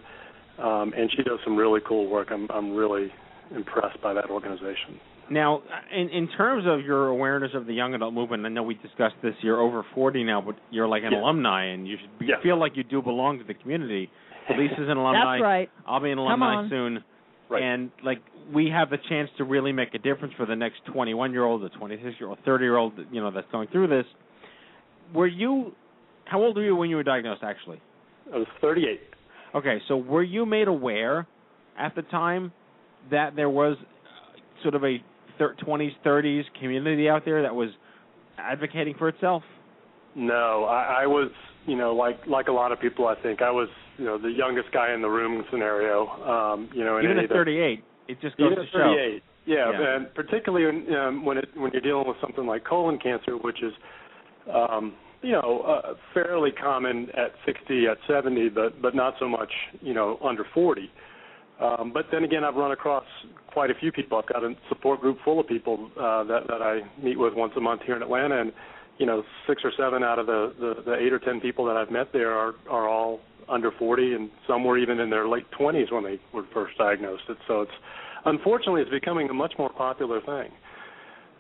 [SPEAKER 13] um and she does some really cool work i'm i'm really impressed by that organization
[SPEAKER 11] Now, uh, in in terms of your awareness of the young adult movement, I know we discussed this. You're over 40 now, but you're like an
[SPEAKER 13] Yeah.
[SPEAKER 11] alumni, and you should be,
[SPEAKER 13] Yeah.
[SPEAKER 11] feel like you do belong to the community. Lisa's an alumni.
[SPEAKER 10] That's right.
[SPEAKER 11] I'll be an
[SPEAKER 10] Come
[SPEAKER 11] alumni
[SPEAKER 10] on.
[SPEAKER 11] soon. And like we have the chance to really make a difference for the next 21 year old, the 26 year old, 30 year old, you know, that's going through this. Were you? How old were you when you were diagnosed? Actually,
[SPEAKER 13] I was 38.
[SPEAKER 11] Okay, so were you made aware at the time that there was uh, sort of a thir- 20s, 30s community out there that was advocating for itself?
[SPEAKER 13] No, I, I was, you know, like like a lot of people, I think I was, you know, the youngest guy in the room scenario. Um, you know, in
[SPEAKER 11] Even
[SPEAKER 13] any
[SPEAKER 11] at
[SPEAKER 13] of the-
[SPEAKER 11] 38, it just goes
[SPEAKER 13] Even
[SPEAKER 11] to
[SPEAKER 13] at
[SPEAKER 11] show.
[SPEAKER 13] 38, Yeah,
[SPEAKER 11] Yeah.
[SPEAKER 13] and particularly when, um, when it when you're dealing with something like colon cancer, which is, um, you know, uh, fairly common at 60, at 70, but but not so much, you know, under 40. Um, but then again, I've run across quite a few people. I've got a support group full of people uh, that that I meet with once a month here in Atlanta, and you know, six or seven out of the the, the eight or ten people that I've met there are are all under 40, and some were even in their late 20s when they were first diagnosed. It so it's unfortunately it's becoming a much more popular thing.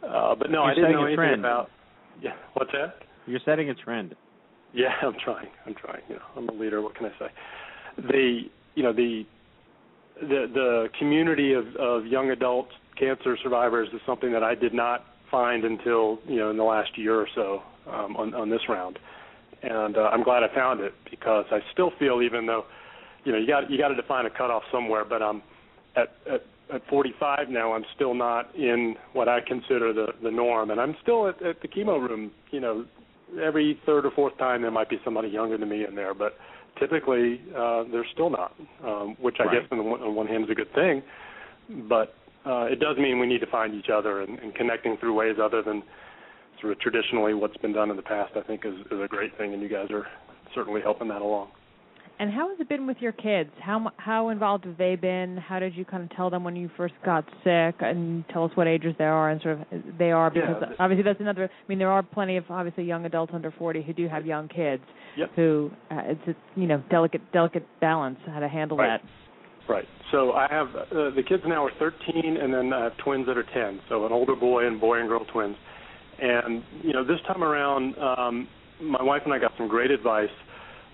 [SPEAKER 13] Uh, but no,
[SPEAKER 11] You're
[SPEAKER 13] I didn't
[SPEAKER 11] setting
[SPEAKER 13] know
[SPEAKER 11] a
[SPEAKER 13] anything
[SPEAKER 11] trend.
[SPEAKER 13] about. Yeah, what's that?
[SPEAKER 11] You're setting a trend.
[SPEAKER 13] Yeah, I'm trying. I'm trying. You know, I'm a leader. What can I say? The you know the the the community of of young adult cancer survivors is something that I did not find until you know in the last year or so um, on on this round, and uh, I'm glad I found it because I still feel even though you know you got you got to define a cutoff somewhere, but I'm at at at 45 now, I'm still not in what I consider the the norm, and I'm still at, at the chemo room. You know, every third or fourth time there might be somebody younger than me in there, but typically uh, they're still not, um, which I
[SPEAKER 11] Right.
[SPEAKER 13] guess on, the one, on one hand is a good thing, but uh, it does mean we need to find each other and, and connecting through ways other than sort of traditionally what's been done in the past. I think is, is a great thing, and you guys are certainly helping that along.
[SPEAKER 10] And how has it been with your kids? How mu- how involved have they been? How did you kind of tell them when you first got sick, and tell us what ages they are and sort of they are
[SPEAKER 13] Yeah,
[SPEAKER 10] because
[SPEAKER 13] the-
[SPEAKER 10] obviously that's another. I mean, there are plenty of obviously young adults under forty who do have young kids
[SPEAKER 13] Yep.
[SPEAKER 10] who uh, it's a, you know delicate delicate balance how to handle
[SPEAKER 13] Right.
[SPEAKER 10] that.
[SPEAKER 13] Right. So I have uh, the kids now are 13, and then I have twins that are 10. So an older boy and boy and girl twins. And you know, this time around, um, my wife and I got some great advice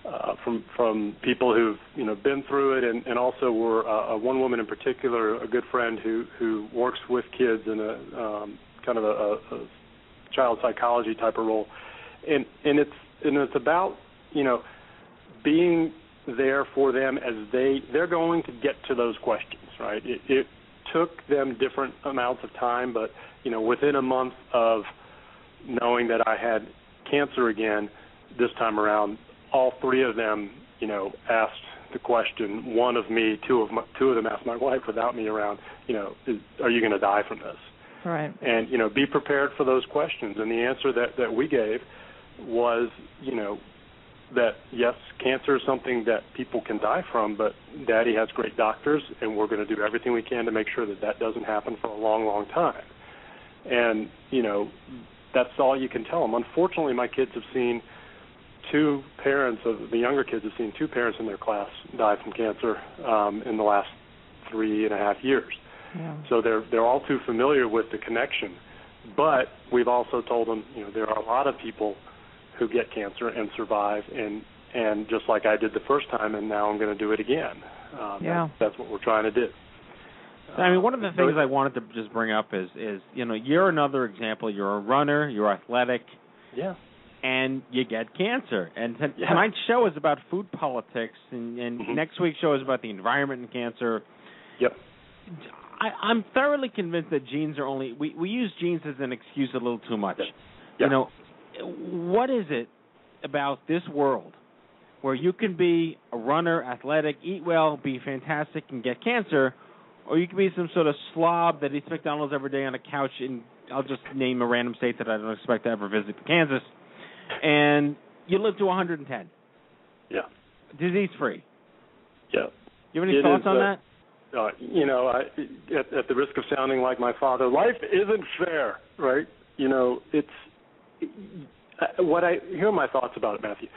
[SPEAKER 13] uh, from from people who've you know been through it, and, and also were uh, uh, one woman in particular, a good friend who who works with kids in a um, kind of a, a, a child psychology type of role, and and it's and it's about you know being there for them as they they're going to get to those questions right it, it took them different amounts of time but you know within a month of knowing that i had cancer again this time around all three of them you know asked the question one of me two of my, two of them asked my wife without me around you know is, are you going to die from this
[SPEAKER 10] Right.
[SPEAKER 13] and you know be prepared for those questions and the answer that that we gave was you know that yes cancer is something that people can die from but daddy has great doctors and we're going to do everything we can to make sure that that doesn't happen for a long long time and you know that's all you can tell them unfortunately my kids have seen two parents of the younger kids have seen two parents in their class die from cancer um, in the last three and a half years so they're they're all too familiar with the connection. But we've also told them, you know, there are a lot of people who get cancer and survive, and and just like I did the first time, and now I'm going to do it again. Um,
[SPEAKER 11] Yeah.
[SPEAKER 13] That's what we're trying to do. Uh,
[SPEAKER 11] I mean, one of the things I wanted to just bring up is is you know you're another example. You're a runner. You're athletic.
[SPEAKER 13] Yeah.
[SPEAKER 11] And you get cancer. And t-
[SPEAKER 13] Yeah. Mm-hmm.
[SPEAKER 11] tonight's show is about food politics, and, and next week's show is about the environment and cancer.
[SPEAKER 13] Yep.
[SPEAKER 11] I, I'm thoroughly convinced that genes are only we we use genes as an excuse a little too much. You know, what is it about this world where you can be a runner, athletic, eat well, be fantastic, and get cancer, or you can be some sort of slob that eats McDonald's every day on a couch in I'll just name a random state that I don't expect to ever visit, Kansas, and you live to 110,
[SPEAKER 13] Yeah.
[SPEAKER 11] disease free.
[SPEAKER 13] Yeah.
[SPEAKER 11] You have any
[SPEAKER 13] It
[SPEAKER 11] thoughts
[SPEAKER 13] is,
[SPEAKER 11] on
[SPEAKER 13] uh,
[SPEAKER 11] that?
[SPEAKER 13] Uh, you know, I, at, at the risk of sounding like my father, life isn't fair, right? You know, it's I- what I here are my thoughts about it, Matthew.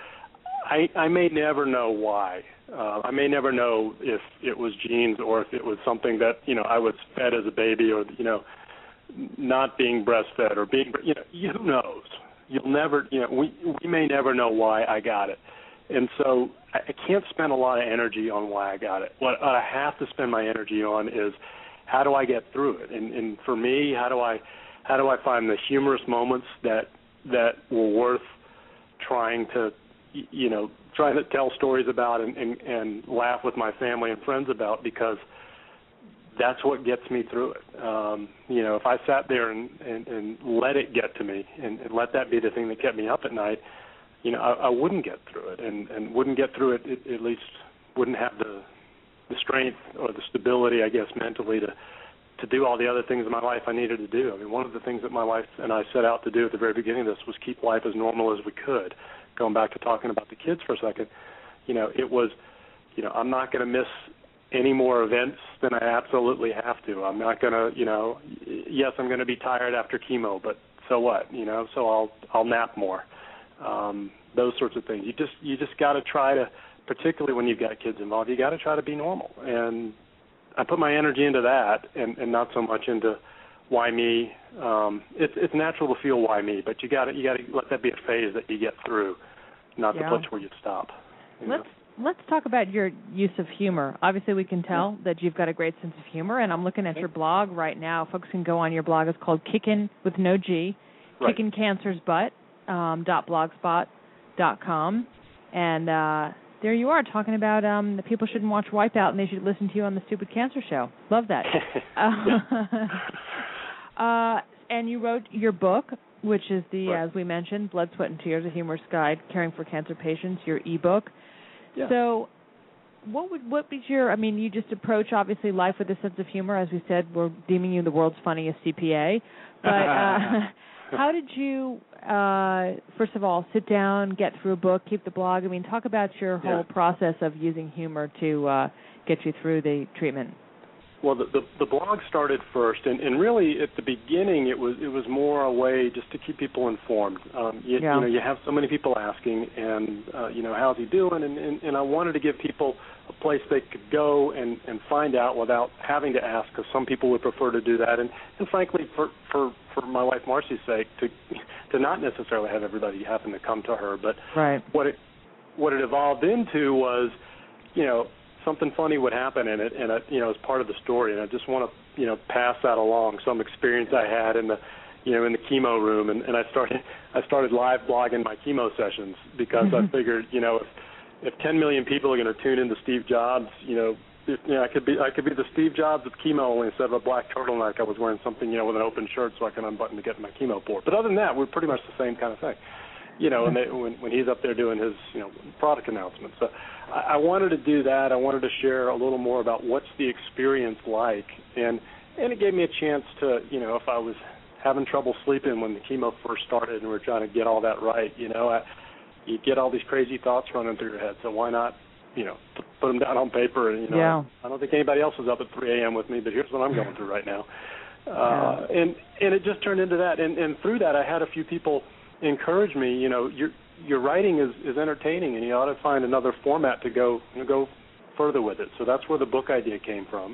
[SPEAKER 13] I I may never know why. Uh, I may never know if it was genes or if it was something that you know I was fed as a baby or you know not being breastfed or being you know who knows. You'll never you know we we may never know why I got it, And so I I can't spend a lot of energy on why I got it. What I have to spend my energy on is how do I get through it? And and for me, how do I how do I find the humorous moments that that were worth trying to y- you know trying to tell stories about and and, and laugh with my family and friends about because that's what gets me through it. Um, you know, if I sat there and, and, and let it get to me and, and let that be the thing that kept me up at night, you know, I, I wouldn't get through it and, and wouldn't get through it, it at least wouldn't have the the strength or the stability I guess mentally to to do all the other things in my life I needed to do. I mean one of the things that my wife and I set out to do at the very beginning of this was keep life as normal as we could. Going back to talking about the kids for a second, you know, it was you know, I'm not gonna miss any more events than I absolutely have to. I'm not gonna, you know, y- yes, I'm gonna be tired after chemo, but so what, you know? So I'll I'll nap more, um, those sorts of things. You just you just got to try to, particularly when you've got kids involved, you got to try to be normal. And I put my energy into that, and and not so much into why me. Um, it's it's natural to feel why me, but you got to you got to let that be a phase that you get through, not
[SPEAKER 10] Yeah.
[SPEAKER 13] the place where you stop. you know?
[SPEAKER 10] Let's let's talk about your use of humor. Obviously, we can tell that you've got a great sense of humor, and I'm looking at your blog right now. Folks can go on your blog. It's called Kickin' with No G,
[SPEAKER 13] Right.
[SPEAKER 10] Kickin' Cancer's Butt um, dot blogspot dot com, and uh, there you are talking about um, that people shouldn't watch Wipeout and they should listen to you on the Stupid Cancer Show. Love that. Uh-huh. Uh, uh, and you wrote your book, which is the, as we mentioned, Blood, Sweat, and Tears: A Humorous Guide, Caring for Cancer Patients. Your ebook.
[SPEAKER 13] Yeah.
[SPEAKER 10] So, what would what was your? I mean, you just approach obviously life with a sense of humor, as we said. We're deeming you the world's funniest CPA. But uh, how did you, uh, first of all, sit down, get through a book, keep the blog? I mean, talk about your
[SPEAKER 13] Yeah.
[SPEAKER 10] whole process of using humor to uh, get you through the treatment.
[SPEAKER 13] Well, the, the the blog started first, and and really at the beginning it was it was more a way just to keep people informed. Um, you,
[SPEAKER 10] Yeah.
[SPEAKER 13] you know, you have so many people asking, and uh, you know, how's he doing? And, and and I wanted to give people a place they could go and and find out without having to ask, because some people would prefer to do that, and and frankly, for for for my wife Marcy's sake, to to not necessarily have everybody happen to come to her, but
[SPEAKER 10] Right.
[SPEAKER 13] what it what it evolved into was, you know, something funny would happen in it, and it, you know, as part of the story, and I just want to, you know, pass that along. Some experience I had in the, you know, in the chemo room, and, and I started I started live blogging my chemo sessions because I figured, you know, if if 10 million people are going to tune into Steve Jobs, you know. If, you know, I could be I could be the Steve Jobs of chemo, only instead of a black turtleneck, I was wearing something you know with an open shirt so I can unbutton to get my chemo port. But other than that, we're pretty much the same kind of thing you know, and they, when when he's up there doing his you know product announcements. So I, I wanted to do that. I wanted to share a little more about what's the experience like, and and it gave me a chance to you know if I was having trouble sleeping when the chemo first started and we were trying to get all that right, you know, I, you get all these crazy thoughts running through your head. So why not you know p- put them down on paper and you know
[SPEAKER 10] Yeah.
[SPEAKER 13] I don't think anybody else is up at 3 a.m. with me, but here's what I'm going through right now. Uh,
[SPEAKER 10] Yeah.
[SPEAKER 13] and and it just turned into that, and and through that, I had a few people encourage me. You know, your your writing is is entertaining, and you ought to find another format to go you know, go further with it. So that's where the book idea came from.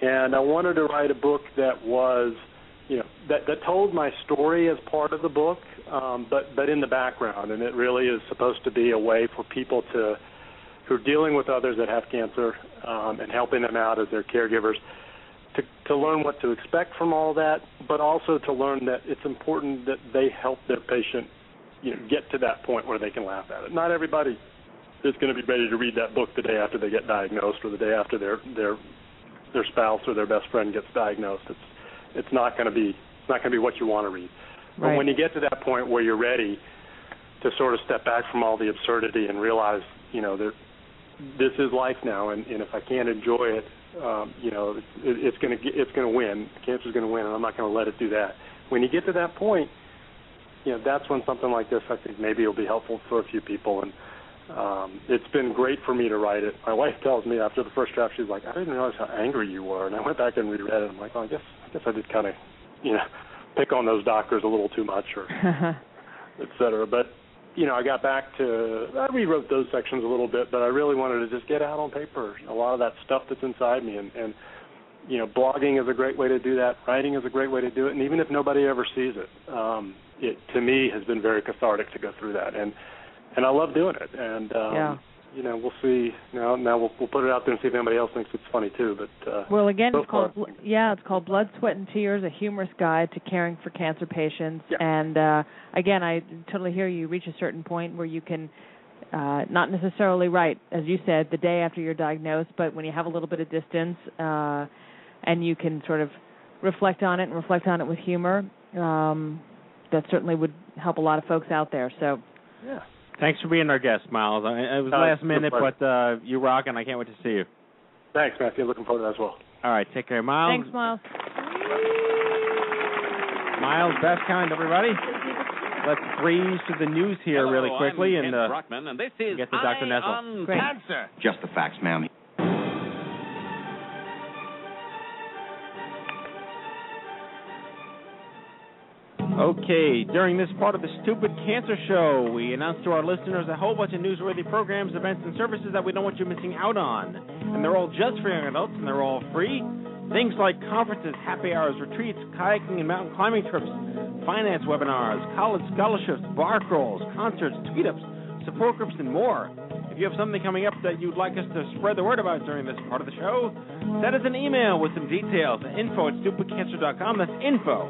[SPEAKER 13] And I wanted to write a book that was, you know, that that told my story as part of the book, um, but but in the background, and it really is supposed to be a way for people to who are dealing with others that have cancer um, and helping them out as their caregivers to, to learn what to expect from all that, but also to learn that it's important that they help their patient you know, get to that point where they can laugh at it. Not everybody is going to be ready to read that book the day after they get diagnosed or the day after their their their spouse or their best friend gets diagnosed. It's it's not going to be it's not going to be what you want to read. But
[SPEAKER 10] Right.
[SPEAKER 13] when you get to that point where you're ready to sort of step back from all the absurdity and realize, you know, there this is life now, and, and if I can't enjoy it, um, you know, it, it's going to it's going to win. Cancer's going to win, and I'm not going to let it do that. When you get to that point, you know, that's when something like this, I think, maybe will be helpful for a few people. And um, it's been great for me to write it. My wife tells me after the first draft, she's like, "I didn't realize how angry you were," and I went back and reread it. I'm like, "Oh, I guess I guess I did kind of, you know, pick on those doctors a little too much, or et cetera. But you know, I got back to I rewrote those sections a little bit, but I really wanted to just get out on paper a lot of that stuff that's inside me, and and you know, blogging is a great way to do that. Writing is a great way to do it, and even if nobody ever sees it, um, it to me has been very cathartic to go through that, and and I love doing it. And um,
[SPEAKER 10] Yeah.
[SPEAKER 13] you know, we'll see. Now, now we'll we'll put it out there and see if anybody else thinks it's funny too. But uh,
[SPEAKER 10] Well, again,
[SPEAKER 13] so
[SPEAKER 10] it's called
[SPEAKER 13] far-
[SPEAKER 10] bl- yeah, it's called Blood, Sweat, and Tears: A Humorous Guide to Caring for Cancer Patients. And uh, again, I totally hear you. Reach a certain point where you can uh, not necessarily write, as you said, the day after you're diagnosed, but when you have a little bit of distance, uh, and you can sort of reflect on it and reflect on it with humor. Um, that certainly would help a lot of folks out there. So
[SPEAKER 13] yeah.
[SPEAKER 11] Thanks for being our guest, Miles. I, it was
[SPEAKER 13] Uh,
[SPEAKER 11] last
[SPEAKER 13] it's a
[SPEAKER 11] minute,
[SPEAKER 13] pleasure.
[SPEAKER 11] but uh, you rock, and I can't wait to see you.
[SPEAKER 13] Thanks, Matthew. Looking forward to that as well.
[SPEAKER 11] All right, take care, Miles.
[SPEAKER 10] thanks, Miles.
[SPEAKER 11] Miles, best kind, everybody. Let's freeze to the news here really
[SPEAKER 15] Hello,
[SPEAKER 11] quickly
[SPEAKER 15] I'm
[SPEAKER 11] and
[SPEAKER 15] Ken
[SPEAKER 11] uh,
[SPEAKER 15] Brockman, and this is
[SPEAKER 11] get to Dr.
[SPEAKER 15] Eye
[SPEAKER 11] Nessel.
[SPEAKER 15] on
[SPEAKER 11] Great.
[SPEAKER 15] Cancer.
[SPEAKER 16] Just the facts, ma'am.
[SPEAKER 11] Okay, during this part of the Stupid Cancer Show, we announce to our listeners a whole bunch of newsworthy programs, events, and services that we don't want you missing out on. And they're all just for young adults, and they're all free. Things like conferences, happy hours, retreats, kayaking and mountain climbing trips, finance webinars, college scholarships, bar crawls, concerts, tweet ups, support groups, and more. If you have something coming up that you'd like us to spread the word about during this part of the show, send us an email with some details at info at stupidcancer.com. That's info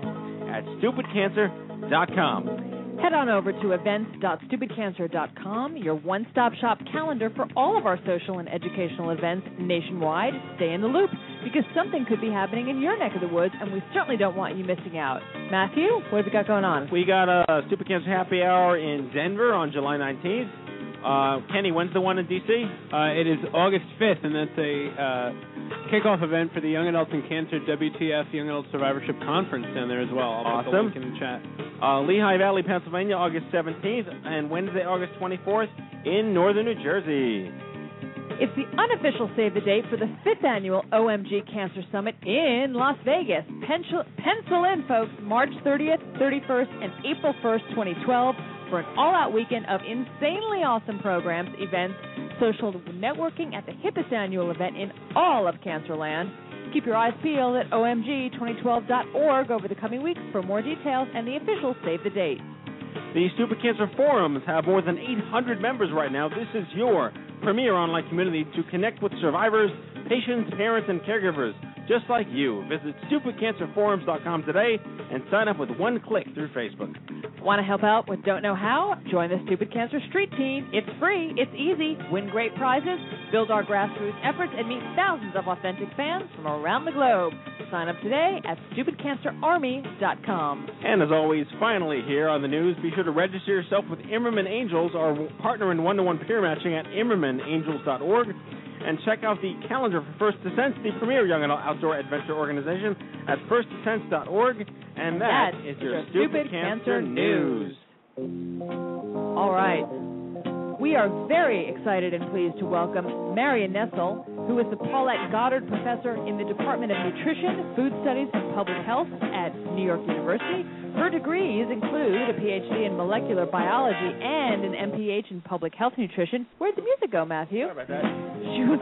[SPEAKER 11] at stupidcancer.com.
[SPEAKER 10] Head on over to events.stupidcancer.com, your one stop shop calendar for all of our social and educational events nationwide. Stay in the loop because something could be happening in your neck of the woods, and we certainly don't want you missing out. Matthew, what have we got going on?
[SPEAKER 11] We got a Stupid Cancer Happy Hour in Denver on July 19th. Uh, Kenny, when's the one in D.C.?
[SPEAKER 9] Uh, it is August 5th, and that's a uh, kickoff event for the Young Adults in Cancer WTF Young Adult Survivorship Conference down there as well. I'll put the
[SPEAKER 11] Awesome.
[SPEAKER 9] link in the chat.
[SPEAKER 11] Uh, Lehigh Valley, Pennsylvania, August 17th, and Wednesday, August 24th in northern New Jersey.
[SPEAKER 10] It's the unofficial save the date for the fifth annual OMG Cancer Summit in Las Vegas. Pencil, pencil in, folks, March 30th, 31st, and April 1st, 2012, for an all out weekend of insanely awesome programs, events, social networking at the hippest annual event in all of Cancerland. Keep your eyes peeled at omg2012.org over the coming weeks for more details and the official save the date.
[SPEAKER 11] The Stupid Cancer Forums have more than 800 members right now. This is your premier online community to connect with survivors, patients, parents, and caregivers just like you. Visit stupidcancerforums.com today and sign up with one click through Facebook.
[SPEAKER 10] Want to help out with Don't Know How? Join the Stupid Cancer Street Team. It's free, it's easy, win great prizes, build our grassroots efforts, and meet thousands of authentic fans from around the globe. Sign up today at stupidcancerarmy.com.
[SPEAKER 11] And as always, finally here on the news, be sure to register yourself with Immerman Angels, our partner in one-to-one peer matching at immermanangels.org, and check out the calendar for First Descents, the premier young adult outdoor adventure organization at firstdescents.org. And
[SPEAKER 10] That
[SPEAKER 11] that is
[SPEAKER 10] is
[SPEAKER 11] your
[SPEAKER 10] your
[SPEAKER 11] stupid
[SPEAKER 10] Stupid
[SPEAKER 11] cancer
[SPEAKER 10] Cancer
[SPEAKER 11] news.
[SPEAKER 10] All right. We are very excited and pleased to welcome Marion Nessel, who is the Paulette Goddard Professor in the Department of Nutrition, Food Studies, and Public Health at New York University. Her degrees include a PhD in molecular biology and an MPH in public health nutrition. Where'd the music go, Matthew? She was,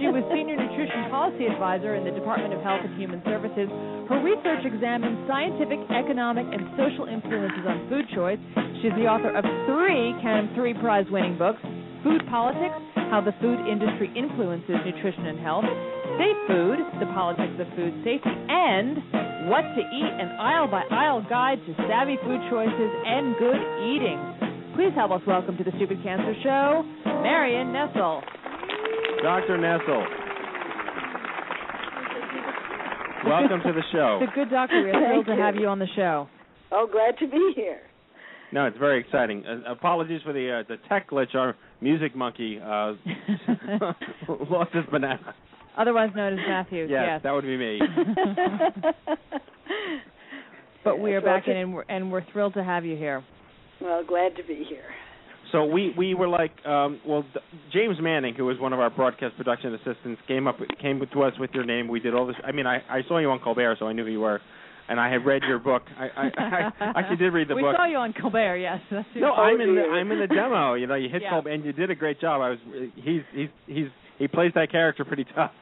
[SPEAKER 10] she was Senior Nutrition Policy Advisor in the Department of Health and Human Services. Her research examines scientific, economic, and social influences on food choice. She's the author of three Canon 3 Prize winning books Food Politics, How the Food Industry Influences Nutrition and Health, Safe Food, The Politics of Food Safety, and What to Eat An Aisle by Aisle Guide to Savvy Food Choices and Good Eating. Please help us welcome to the Stupid Cancer Show, Marion Nessel.
[SPEAKER 11] Dr. Nessel, welcome to the show.
[SPEAKER 10] The good doctor, we are thrilled to
[SPEAKER 17] Thank you.
[SPEAKER 10] have you on the show.
[SPEAKER 17] Oh, glad to be here.
[SPEAKER 11] No, it's very exciting. Uh, apologies for the uh, the tech glitch. Our music monkey uh, lost his banana.
[SPEAKER 10] Otherwise known as Matthews.
[SPEAKER 11] yes,
[SPEAKER 10] yes.
[SPEAKER 11] that would be me.
[SPEAKER 10] But we are
[SPEAKER 17] Yes,
[SPEAKER 10] back
[SPEAKER 17] well,
[SPEAKER 10] in, and we're, and we're thrilled to have you here.
[SPEAKER 17] Well, glad to be here.
[SPEAKER 11] So we we were like, um, well, th- James Manning, who was one of our broadcast production assistants, came up came to us with your name. We did all this. I mean, I I saw you on Colbert, so I knew who you were, and I had read your book. I I, I actually did read the
[SPEAKER 10] we
[SPEAKER 11] book.
[SPEAKER 10] saw you on Colbert. Yes. That's
[SPEAKER 11] No, I'm in the I'm in the demo. You know, you hit
[SPEAKER 10] Yeah.
[SPEAKER 11] Colbert, and you did a great job. I was he's he's he's he plays that character pretty tough.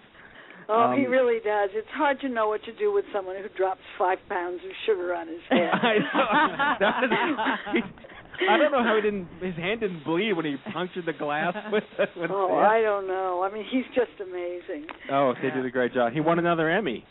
[SPEAKER 17] Oh, he
[SPEAKER 11] Um,
[SPEAKER 17] really does. It's hard to know what to do with someone who drops five pounds of sugar on his head.
[SPEAKER 11] I know. That was- I don't know how he didn't. His hand didn't bleed when he punctured the glass with. with
[SPEAKER 18] Oh, I don't know. I mean, he's just amazing.
[SPEAKER 11] Oh, they did a great job. He won another Emmy,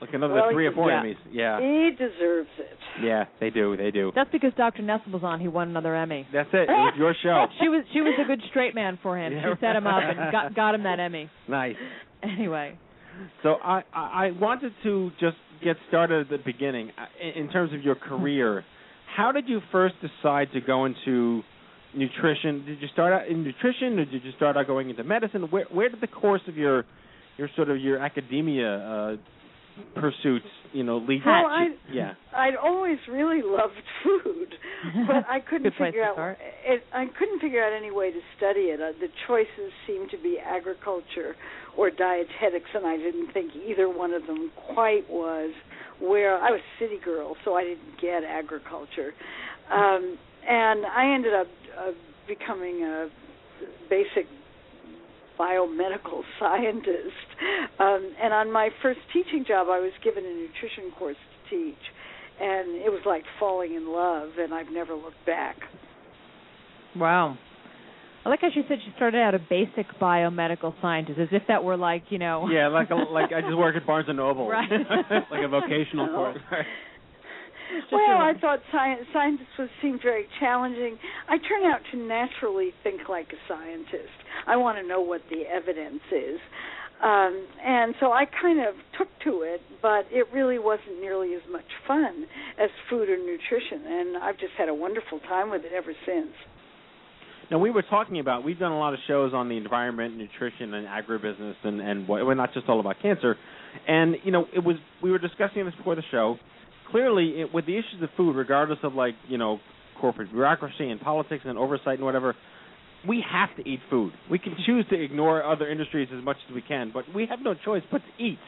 [SPEAKER 11] like another
[SPEAKER 18] Well,
[SPEAKER 11] three or four
[SPEAKER 18] yeah.
[SPEAKER 11] Emmys. Yeah,
[SPEAKER 18] He deserves it.
[SPEAKER 11] yeah, they do, they do.
[SPEAKER 10] That's because Dr. Nessel was on. He won another Emmy.
[SPEAKER 11] That's it. It was your show.
[SPEAKER 10] She was she was a good straight man for him.
[SPEAKER 11] Yeah.
[SPEAKER 10] She set him up and got got him that Emmy.
[SPEAKER 11] Nice.
[SPEAKER 10] Anyway,
[SPEAKER 11] So I I I wanted to just get started at the beginning uh, I- in in terms of your career. How did you first decide to go into nutrition? Did you start out in nutrition, or did you start out going into medicine? Where where did the course of your your sort of your academia uh, pursuits, you know, lead?
[SPEAKER 18] Well, I,
[SPEAKER 11] yeah.
[SPEAKER 18] I'd always really loved food, but I couldn't
[SPEAKER 10] Good place
[SPEAKER 18] figure
[SPEAKER 10] to
[SPEAKER 18] out
[SPEAKER 10] start.
[SPEAKER 18] it, I couldn't figure out any way to study it. Uh, the choices seemed to be agriculture or dietetics, and I didn't think either one of them quite was where I was city girl, so I didn't get agriculture, um, and I ended up uh, becoming a basic biomedical scientist. Um, and on my first teaching job, I was given a nutrition course to teach, and it was like falling in love, and I've never looked back.
[SPEAKER 10] wow. I like how she said she started out a basic biomedical scientist, as if that were like you know.
[SPEAKER 11] Yeah, like a, like I just work at Barnes and Noble,
[SPEAKER 10] Right.
[SPEAKER 11] like a vocational course.
[SPEAKER 18] well, I thought science scientists was, seemed very challenging. I turn out to naturally think like a scientist. I want to know what the evidence is. Um, and so I kind of took to it, but it really wasn't nearly as much fun as food or nutrition. And I've just had a wonderful time with it ever since.
[SPEAKER 11] Now we were talking about we've done a lot of shows on the environment, nutrition, and agribusiness, and and what, well, not just all about cancer. And you know, it was we were discussing this before the show. Clearly, it, with the issues of food, regardless of like you know corporate bureaucracy and politics and oversight and whatever, we have to eat food. We can choose to ignore other industries as much as we can, but we have no choice but to eat.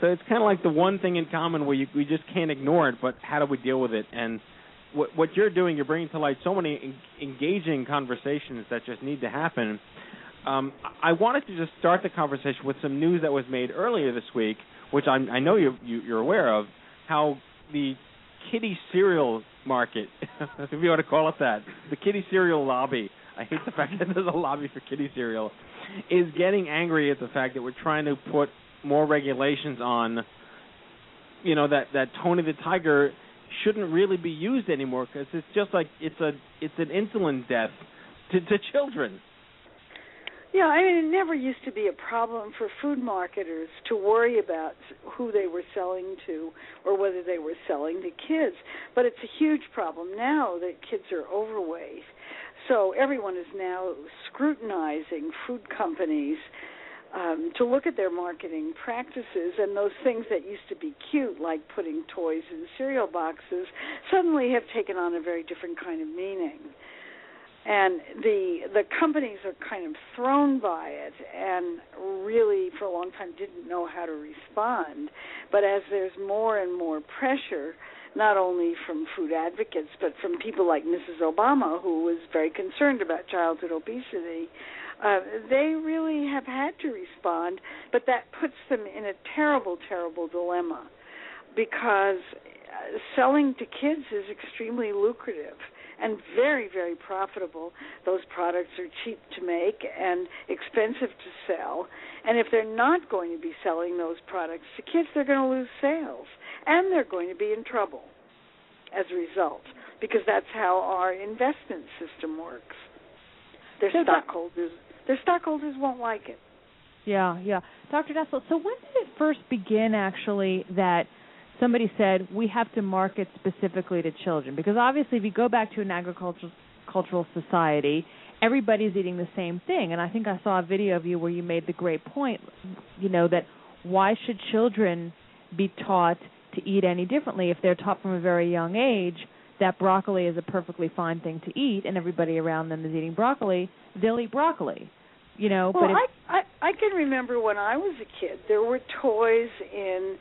[SPEAKER 11] so it's kind of like the one thing in common where you, we just can't ignore it, but how do we deal with it? And what what you're doing, you're bringing to light so many en- engaging conversations that just need to happen. Um, I I wanted to just start the conversation with some news that was made earlier this week, which I'm, I know you, you you're aware of, how the kitty cereal market, if you want to call it that, the kitty cereal lobby. I hate the fact that there's a lobby for kitty cereal, is getting angry at the fact that we're trying to put more regulations on, you know, that that Tony the Tiger shouldn't really be used anymore because it's just like it's a it's an insulin death to, to children.
[SPEAKER 18] Yeah, I mean, it never used to be a problem for food marketers to worry about who they were selling to or whether they were selling to kids. But it's a huge problem now that kids are overweight. So everyone is now scrutinizing food companies um, to look at their marketing practices and those things that used to be cute, like putting toys in cereal boxes, suddenly have taken on a very different kind of meaning. And the the companies are kind of thrown by it, and really for a long time didn't know how to respond. But as there's more and more pressure, not only from food advocates but from people like Mrs. Obama, who was very concerned about childhood obesity, uh, they really have had to respond, but that puts them in a terrible, terrible dilemma because uh, selling to kids is extremely lucrative and very, very profitable. Those products are cheap to make and expensive to sell. And if they're not going to be selling those products to kids, they're going to lose sales and they're going to be in trouble as a result because that's how our investment system works. Their
[SPEAKER 10] So that-
[SPEAKER 18] stockholders their stockholders won't like it.
[SPEAKER 10] Yeah, yeah. Dr. Dessel, so when did it first begin actually that somebody said we have to market specifically to children? Because obviously if you go back to an agricultural cultural society, everybody's eating the same thing. And I think I saw a video of you where you made the great point, you know, that why should children be taught to eat any differently if they're taught from a very young age that broccoli is a perfectly fine thing to eat and everybody around them is eating broccoli, they'll eat broccoli. You know,
[SPEAKER 18] Well,
[SPEAKER 10] but if-
[SPEAKER 18] I, I I can remember when I was a kid, there were toys in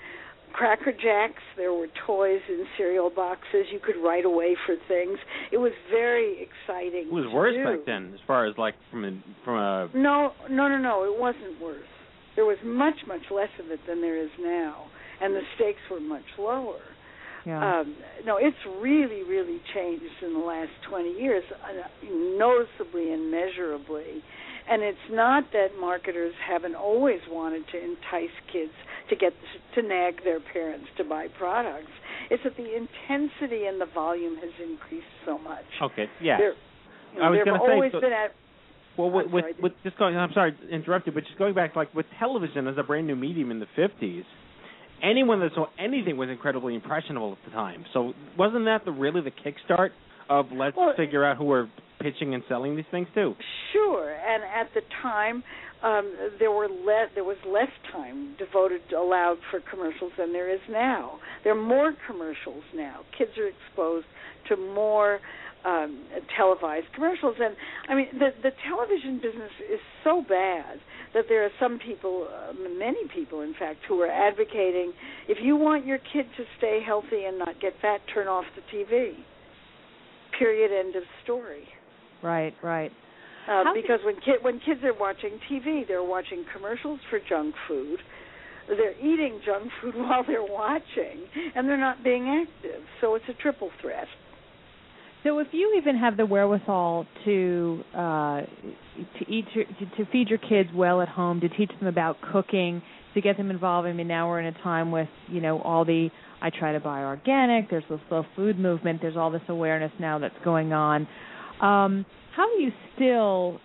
[SPEAKER 18] Cracker Jacks, there were toys in cereal boxes. You could write away for things. It was very exciting.
[SPEAKER 11] It was
[SPEAKER 18] to
[SPEAKER 11] worse
[SPEAKER 18] do.
[SPEAKER 11] back then, as far as like from a, from a
[SPEAKER 18] No, no, no, no. It wasn't worse. There was much, much less of it than there is now, and the stakes were much lower.
[SPEAKER 10] Yeah.
[SPEAKER 18] Um, no, it's really, really changed in the last 20 years, uh, noticeably and measurably. And it's not that marketers haven't always wanted to entice kids to get to nag their parents to buy products. It's that the intensity and the volume has increased so much.
[SPEAKER 11] Okay. Oh, Yeah.
[SPEAKER 18] There, you know,
[SPEAKER 11] I was
[SPEAKER 18] there've
[SPEAKER 11] gonna say,
[SPEAKER 18] always
[SPEAKER 11] so-
[SPEAKER 18] been at
[SPEAKER 11] Well, with,
[SPEAKER 18] I'm
[SPEAKER 11] with,
[SPEAKER 18] sorry,
[SPEAKER 11] with just going, I'm sorry, to interrupt you, but just going back, like with television as a brand new medium in the '50s, anyone that saw anything was incredibly impressionable at the time. So wasn't that the really the kickstart of let's figure out who we're pitching and selling these things to?
[SPEAKER 18] Sure, and at the time, um, there were le- there was less time devoted allowed for commercials than there is now. There are more commercials now. Kids are exposed to more um, televised commercials, and I mean the the television business is so bad that there are some people, uh, many people, in fact, who are advocating if you want your kid to stay healthy and not get fat, turn off the TV. Period. End of story.
[SPEAKER 10] Right, right.
[SPEAKER 18] Uh,
[SPEAKER 10] How
[SPEAKER 18] because when kid when kids are watching TV, they're watching commercials for junk food. They're eating junk food while they're watching, and they're not being active. So it's a triple threat.
[SPEAKER 10] So if you even have the wherewithal to uh, to eat your, to, to feed your kids well at home, to teach them about cooking, to get them involved. I mean, now we're in a time with you know all the I try to buy organic. There's the slow food movement. There's all this awareness now that's going on. Um, how do you still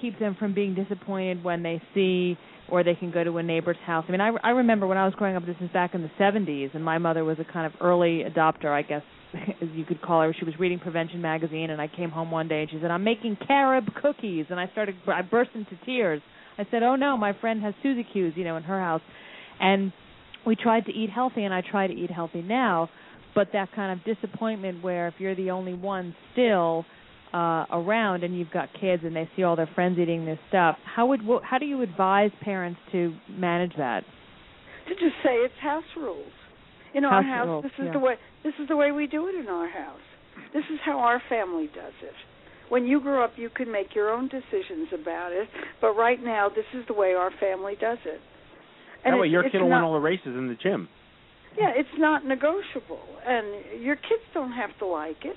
[SPEAKER 10] keep them from being disappointed when they see or they can go to a neighbor's house. I mean, I, I remember when I was growing up, this was back in the 70s, and my mother was a kind of early adopter, I guess, as you could call her. She was reading Prevention magazine, and I came home one day and she said, "I'm making carob cookies," and I started, I burst into tears. I said, "Oh no, my friend has Suzy Q's, you know, in her house," and we tried to eat healthy, and I try to eat healthy now, but that kind of disappointment where if you're the only one still uh, around and you've got kids and they see all their friends eating this stuff, how would wh- how do you advise parents to manage that?
[SPEAKER 18] To just say it's house rules. In our
[SPEAKER 10] House
[SPEAKER 18] house,
[SPEAKER 10] rules,
[SPEAKER 18] this is
[SPEAKER 10] yeah.
[SPEAKER 18] the way this is the way we do it in our house. This is how our family does it. When you grow up, you can make your own decisions about it. But right now, this is the way our family does it. And
[SPEAKER 11] that way,
[SPEAKER 18] it's-
[SPEAKER 11] your
[SPEAKER 18] it's
[SPEAKER 11] kid will win
[SPEAKER 18] not-
[SPEAKER 11] all the races in the gym.
[SPEAKER 18] Yeah, it's not negotiable, and your kids don't have to like it.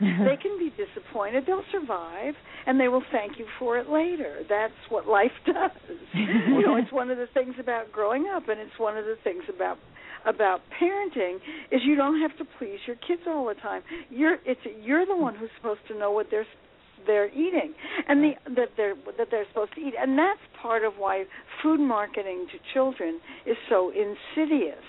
[SPEAKER 18] they can be disappointed. They'll survive, and they will thank you for it later. That's what life does. you know, it's one of the things about growing up, and it's one of the things about about parenting is you don't have to please your kids all the time. You're it's you're the one who's supposed to know what they're they're eating and the that they're that they're supposed to eat and that's part of why food marketing to children is so insidious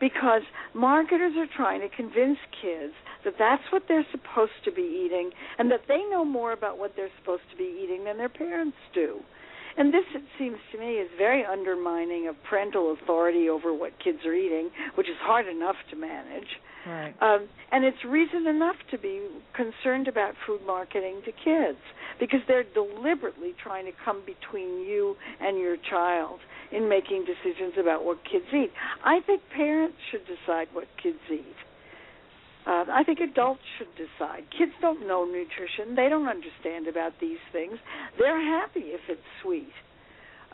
[SPEAKER 18] because marketers are trying to convince kids that that's what they're supposed to be eating and that they know more about what they're supposed to be eating than their parents do. And this, it seems to me, is very undermining of parental authority over what kids are eating, which is hard enough to manage.
[SPEAKER 10] Right.
[SPEAKER 18] Um, and it's reason enough to be concerned about food marketing to kids because they're deliberately trying to come between you and your child in making decisions about what kids eat. I think parents should decide what kids eat. Uh, I think adults should decide. Kids don't know nutrition. They don't understand about these things. They're happy if it's sweet.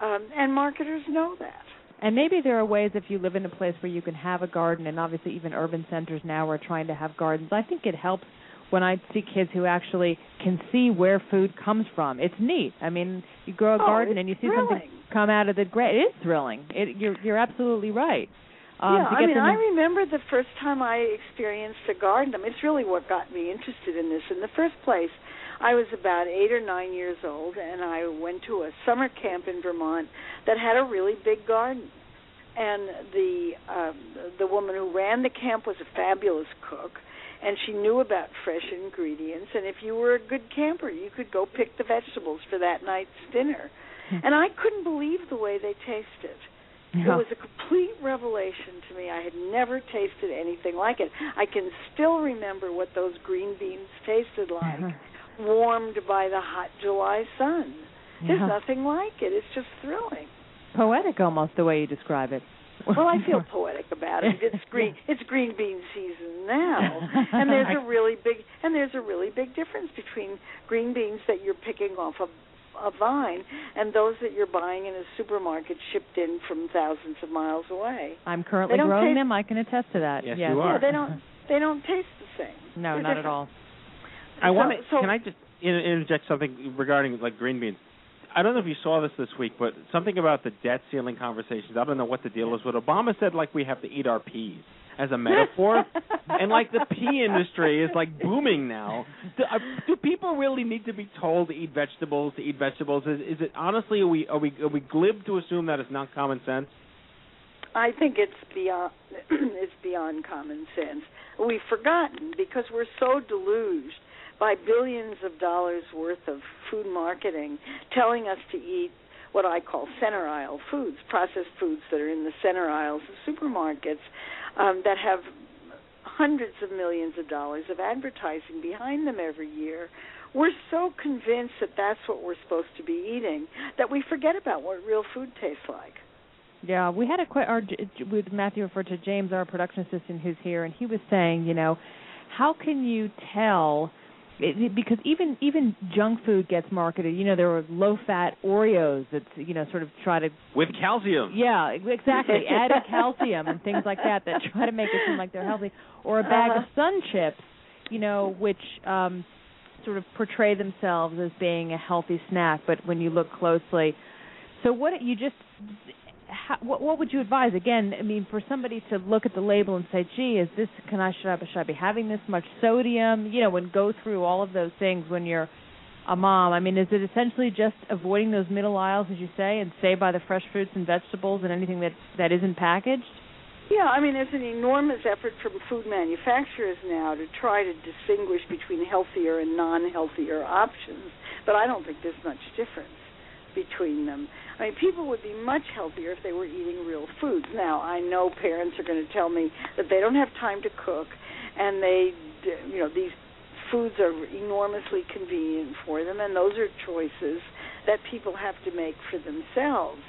[SPEAKER 18] Um, and marketers know that.
[SPEAKER 10] And maybe there are ways if you live in a place where you can have a garden, and obviously even urban centers now are trying to have gardens. I think it helps when I see kids who actually can see where food comes from. It's neat. I mean, you grow a
[SPEAKER 18] Oh,
[SPEAKER 10] garden
[SPEAKER 18] it's
[SPEAKER 10] and you see something
[SPEAKER 18] thrilling.
[SPEAKER 10] come out of the ground. It is thrilling. It, you're you're absolutely right. Um,
[SPEAKER 18] yeah,
[SPEAKER 10] to
[SPEAKER 18] I
[SPEAKER 10] get
[SPEAKER 18] mean,
[SPEAKER 10] them
[SPEAKER 18] I
[SPEAKER 10] in-
[SPEAKER 18] remember the first time I experienced a garden. I mean, it's really what got me interested in this in the first place. I was about eight or nine years old, and I went to a summer camp in Vermont that had a really big garden. And the um, the woman who ran the camp was a fabulous cook, and she knew about fresh ingredients. And if you were a good camper, you could go pick the vegetables for that night's dinner.
[SPEAKER 10] Hmm.
[SPEAKER 18] And I couldn't believe the way they tasted. It was a complete revelation to me. I had never tasted anything like it. I can still remember what those green beans tasted like, warmed by the hot July sun. There's
[SPEAKER 10] Yeah.
[SPEAKER 18] nothing like it. It's just thrilling.
[SPEAKER 10] poetic almost the way you describe it.
[SPEAKER 18] Well, I feel poetic about it. It's green. It's green bean season now, and there's a really big and there's a really big difference between green beans that you're picking off a a vine, and those that you're buying in a supermarket shipped in from thousands of miles away.
[SPEAKER 10] I'm currently
[SPEAKER 18] They don't
[SPEAKER 10] growing
[SPEAKER 18] taste-
[SPEAKER 10] them. I can attest to that.
[SPEAKER 11] Yes,
[SPEAKER 10] yes.
[SPEAKER 11] you are.
[SPEAKER 18] Yeah, they don't they don't taste the same.
[SPEAKER 10] No,
[SPEAKER 18] They're
[SPEAKER 10] not at
[SPEAKER 18] different.
[SPEAKER 10] all.
[SPEAKER 11] I
[SPEAKER 18] So-
[SPEAKER 11] want to.
[SPEAKER 18] so-
[SPEAKER 11] can I just in- interject something regarding like green beans? I don't know if you saw this this week, but something about the debt ceiling conversations. I don't know what the deal is, but Obama said like we have to eat our peas as a metaphor, and like the pea industry is like booming now. Do, uh, do people really need to be told to eat vegetables? To eat vegetables is, is it honestly are we are we are we glib to assume that it's not common sense?
[SPEAKER 18] I think it's beyond it's beyond common sense. We've forgotten because we're so deluged by billions of dollars worth of food marketing telling us to eat what I call center aisle foods, processed foods that are in the center aisles of supermarkets um, that have hundreds of millions of dollars of advertising behind them every year. We're so convinced that that's what we're supposed to be eating that we forget about what real food tastes like.
[SPEAKER 10] Yeah, we had a que- our J- J- with Matthew referred to James, our production assistant, who's here, and he was saying, you know, how can you tell? It, it- because even even junk food gets marketed. You know, there were low fat Oreos that you know sort of try to
[SPEAKER 11] With calcium.
[SPEAKER 10] yeah, exactly. Added calcium and things like that that try to make it seem like they're healthy. Or a bag of
[SPEAKER 18] Uh-huh.
[SPEAKER 10] sun chips, you know, which um sort of portray themselves as being a healthy snack, but when you look closely, so what you just how, what what would you advise again? I mean, for somebody to look at the label and say, "Gee, is this can I should I, should I be having this much sodium?" You know, and go through all of those things when you're a mom. I mean, is it essentially just avoiding those middle aisles, as you say, and stay by the fresh fruits and vegetables and anything that that isn't packaged?
[SPEAKER 18] Yeah, I mean, there's an enormous effort from food manufacturers now to try to distinguish between healthier and non-healthier options, but I don't think there's much difference between them. I mean, people would be much healthier if they were eating real foods. Now, I know parents are going to tell me that they don't have time to cook, and they, d- you know, these foods are enormously convenient for them, and those are choices that people have to make for themselves.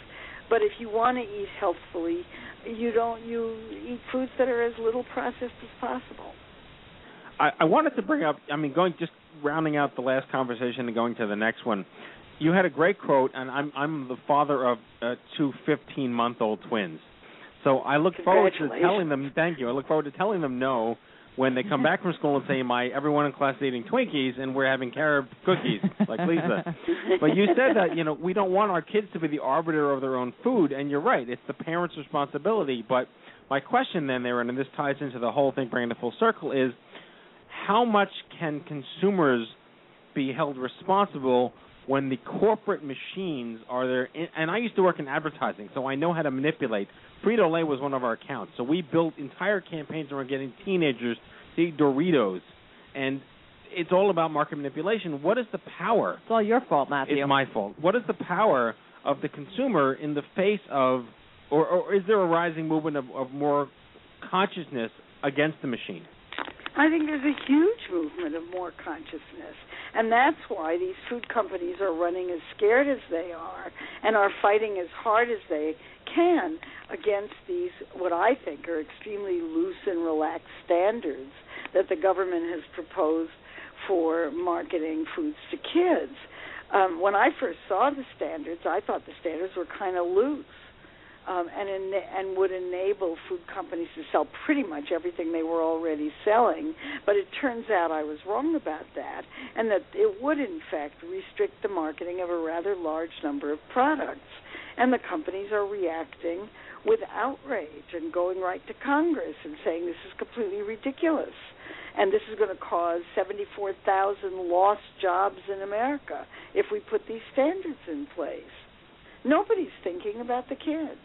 [SPEAKER 18] But if you want to eat healthfully, you don't you eat foods that are as little processed as possible.
[SPEAKER 11] I, I wanted to bring up. I mean, going just rounding out the last conversation and going to the next one. You had a great quote, and I'm I'm the father of uh, two 15 month old twins, so I look forward to
[SPEAKER 4] Congratulations.
[SPEAKER 11] telling them. Thank you. I look forward to telling them no when they come back from school and say, "My everyone in class is eating Twinkies and we're having carob cookies," like Lisa. But you said that you know we don't want our kids to be the arbiter of their own food, and you're right. It's the parents' responsibility. But my question then, there and this ties into the whole thing, bringing it full circle, is how much can consumers be held responsible when the corporate machines are there? And I used to work in advertising, so I know how to manipulate. Frito Lay was one of our accounts, so we built entire campaigns around getting teenagers to eat Doritos, and it's all about market manipulation. What is the power? It's
[SPEAKER 10] all your fault, Matthew.
[SPEAKER 11] It's my fault. What is the power of the consumer in the face of, or, or is there a rising movement of, of more consciousness against the machine?
[SPEAKER 18] I think there's a huge movement of more consciousness, and that's why these food companies are running as scared as they are and are fighting as hard as they can against these what I think are extremely loose and relaxed standards that the government has proposed for marketing foods to kids. Um, when I first saw the standards, I thought the standards were kind of loose um, and in, and would enable food companies to sell pretty much everything they were already selling. But it turns out I was wrong about that, and that it would in fact restrict the marketing of a rather large number of products. And the companies are reacting with outrage and going right to Congress and saying this is completely ridiculous. And this is going to cause 74,000 lost jobs in America if we put these standards in place. Nobody's thinking about the kids.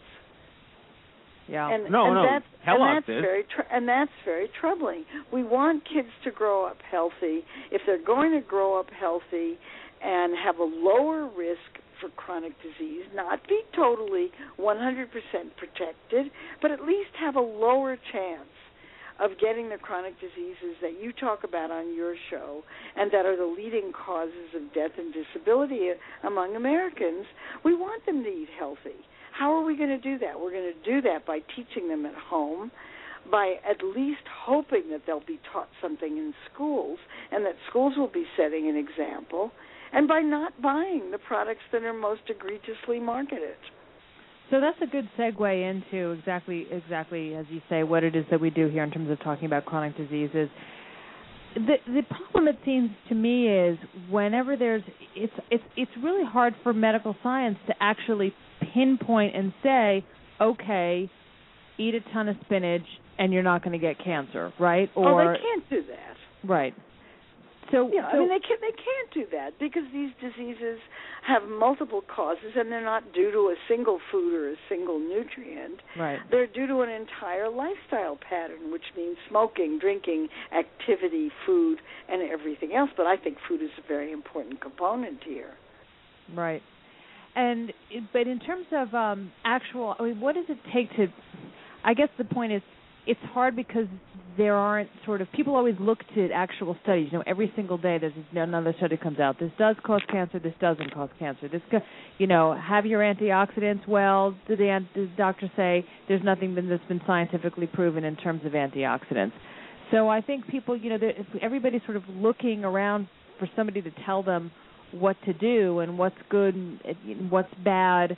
[SPEAKER 10] Yeah.
[SPEAKER 18] And,
[SPEAKER 11] no,
[SPEAKER 18] and
[SPEAKER 11] no.
[SPEAKER 18] That's,
[SPEAKER 11] Hell
[SPEAKER 18] and
[SPEAKER 11] on
[SPEAKER 18] that's
[SPEAKER 11] this.
[SPEAKER 18] very tr- and that's very troubling. We want kids to grow up healthy. If they're going to grow up healthy and have a lower risk for chronic disease, not be totally 100% protected, but at least have a lower chance of getting the chronic diseases that you talk about on your show and that are the leading causes of death and disability among Americans, we want them to eat healthy. How are we going to do that? We're going to do that by teaching them at home, by at least hoping that they'll be taught something in schools and that schools will be setting an example. and by not buying the products that are most egregiously marketed.
[SPEAKER 10] So that's a good segue into exactly exactly as you say what it is that we do here in terms of talking about chronic diseases. The the problem it seems to me is whenever there's it's it's it's really hard for medical science to actually pinpoint and say, okay, eat a ton of spinach and you're not going to get cancer, right?
[SPEAKER 18] oh, they can't do that.
[SPEAKER 10] right. So,
[SPEAKER 18] yeah, I
[SPEAKER 10] so
[SPEAKER 18] mean they can't they can't do that because these diseases have multiple causes and they're not due to a single food or a single nutrient.
[SPEAKER 10] right.
[SPEAKER 18] They're due to an entire lifestyle pattern, which means smoking, drinking, activity, food, and everything else. But I think food is a very important component here.
[SPEAKER 10] Right. And it- but in terms of um actual, I mean, what does it take to? I guess the point is, it's hard because there aren't sort of people always look to actual studies. You know, every single day there's another study comes out. This does cause cancer. This doesn't cause cancer. This, co- you know, have your antioxidants. Well, did the, an- did the doctor say there's nothing been, that's been scientifically proven in terms of antioxidants? So I think people, you know, there- if everybody's sort of looking around for somebody to tell them what to do and what's good and and what's bad,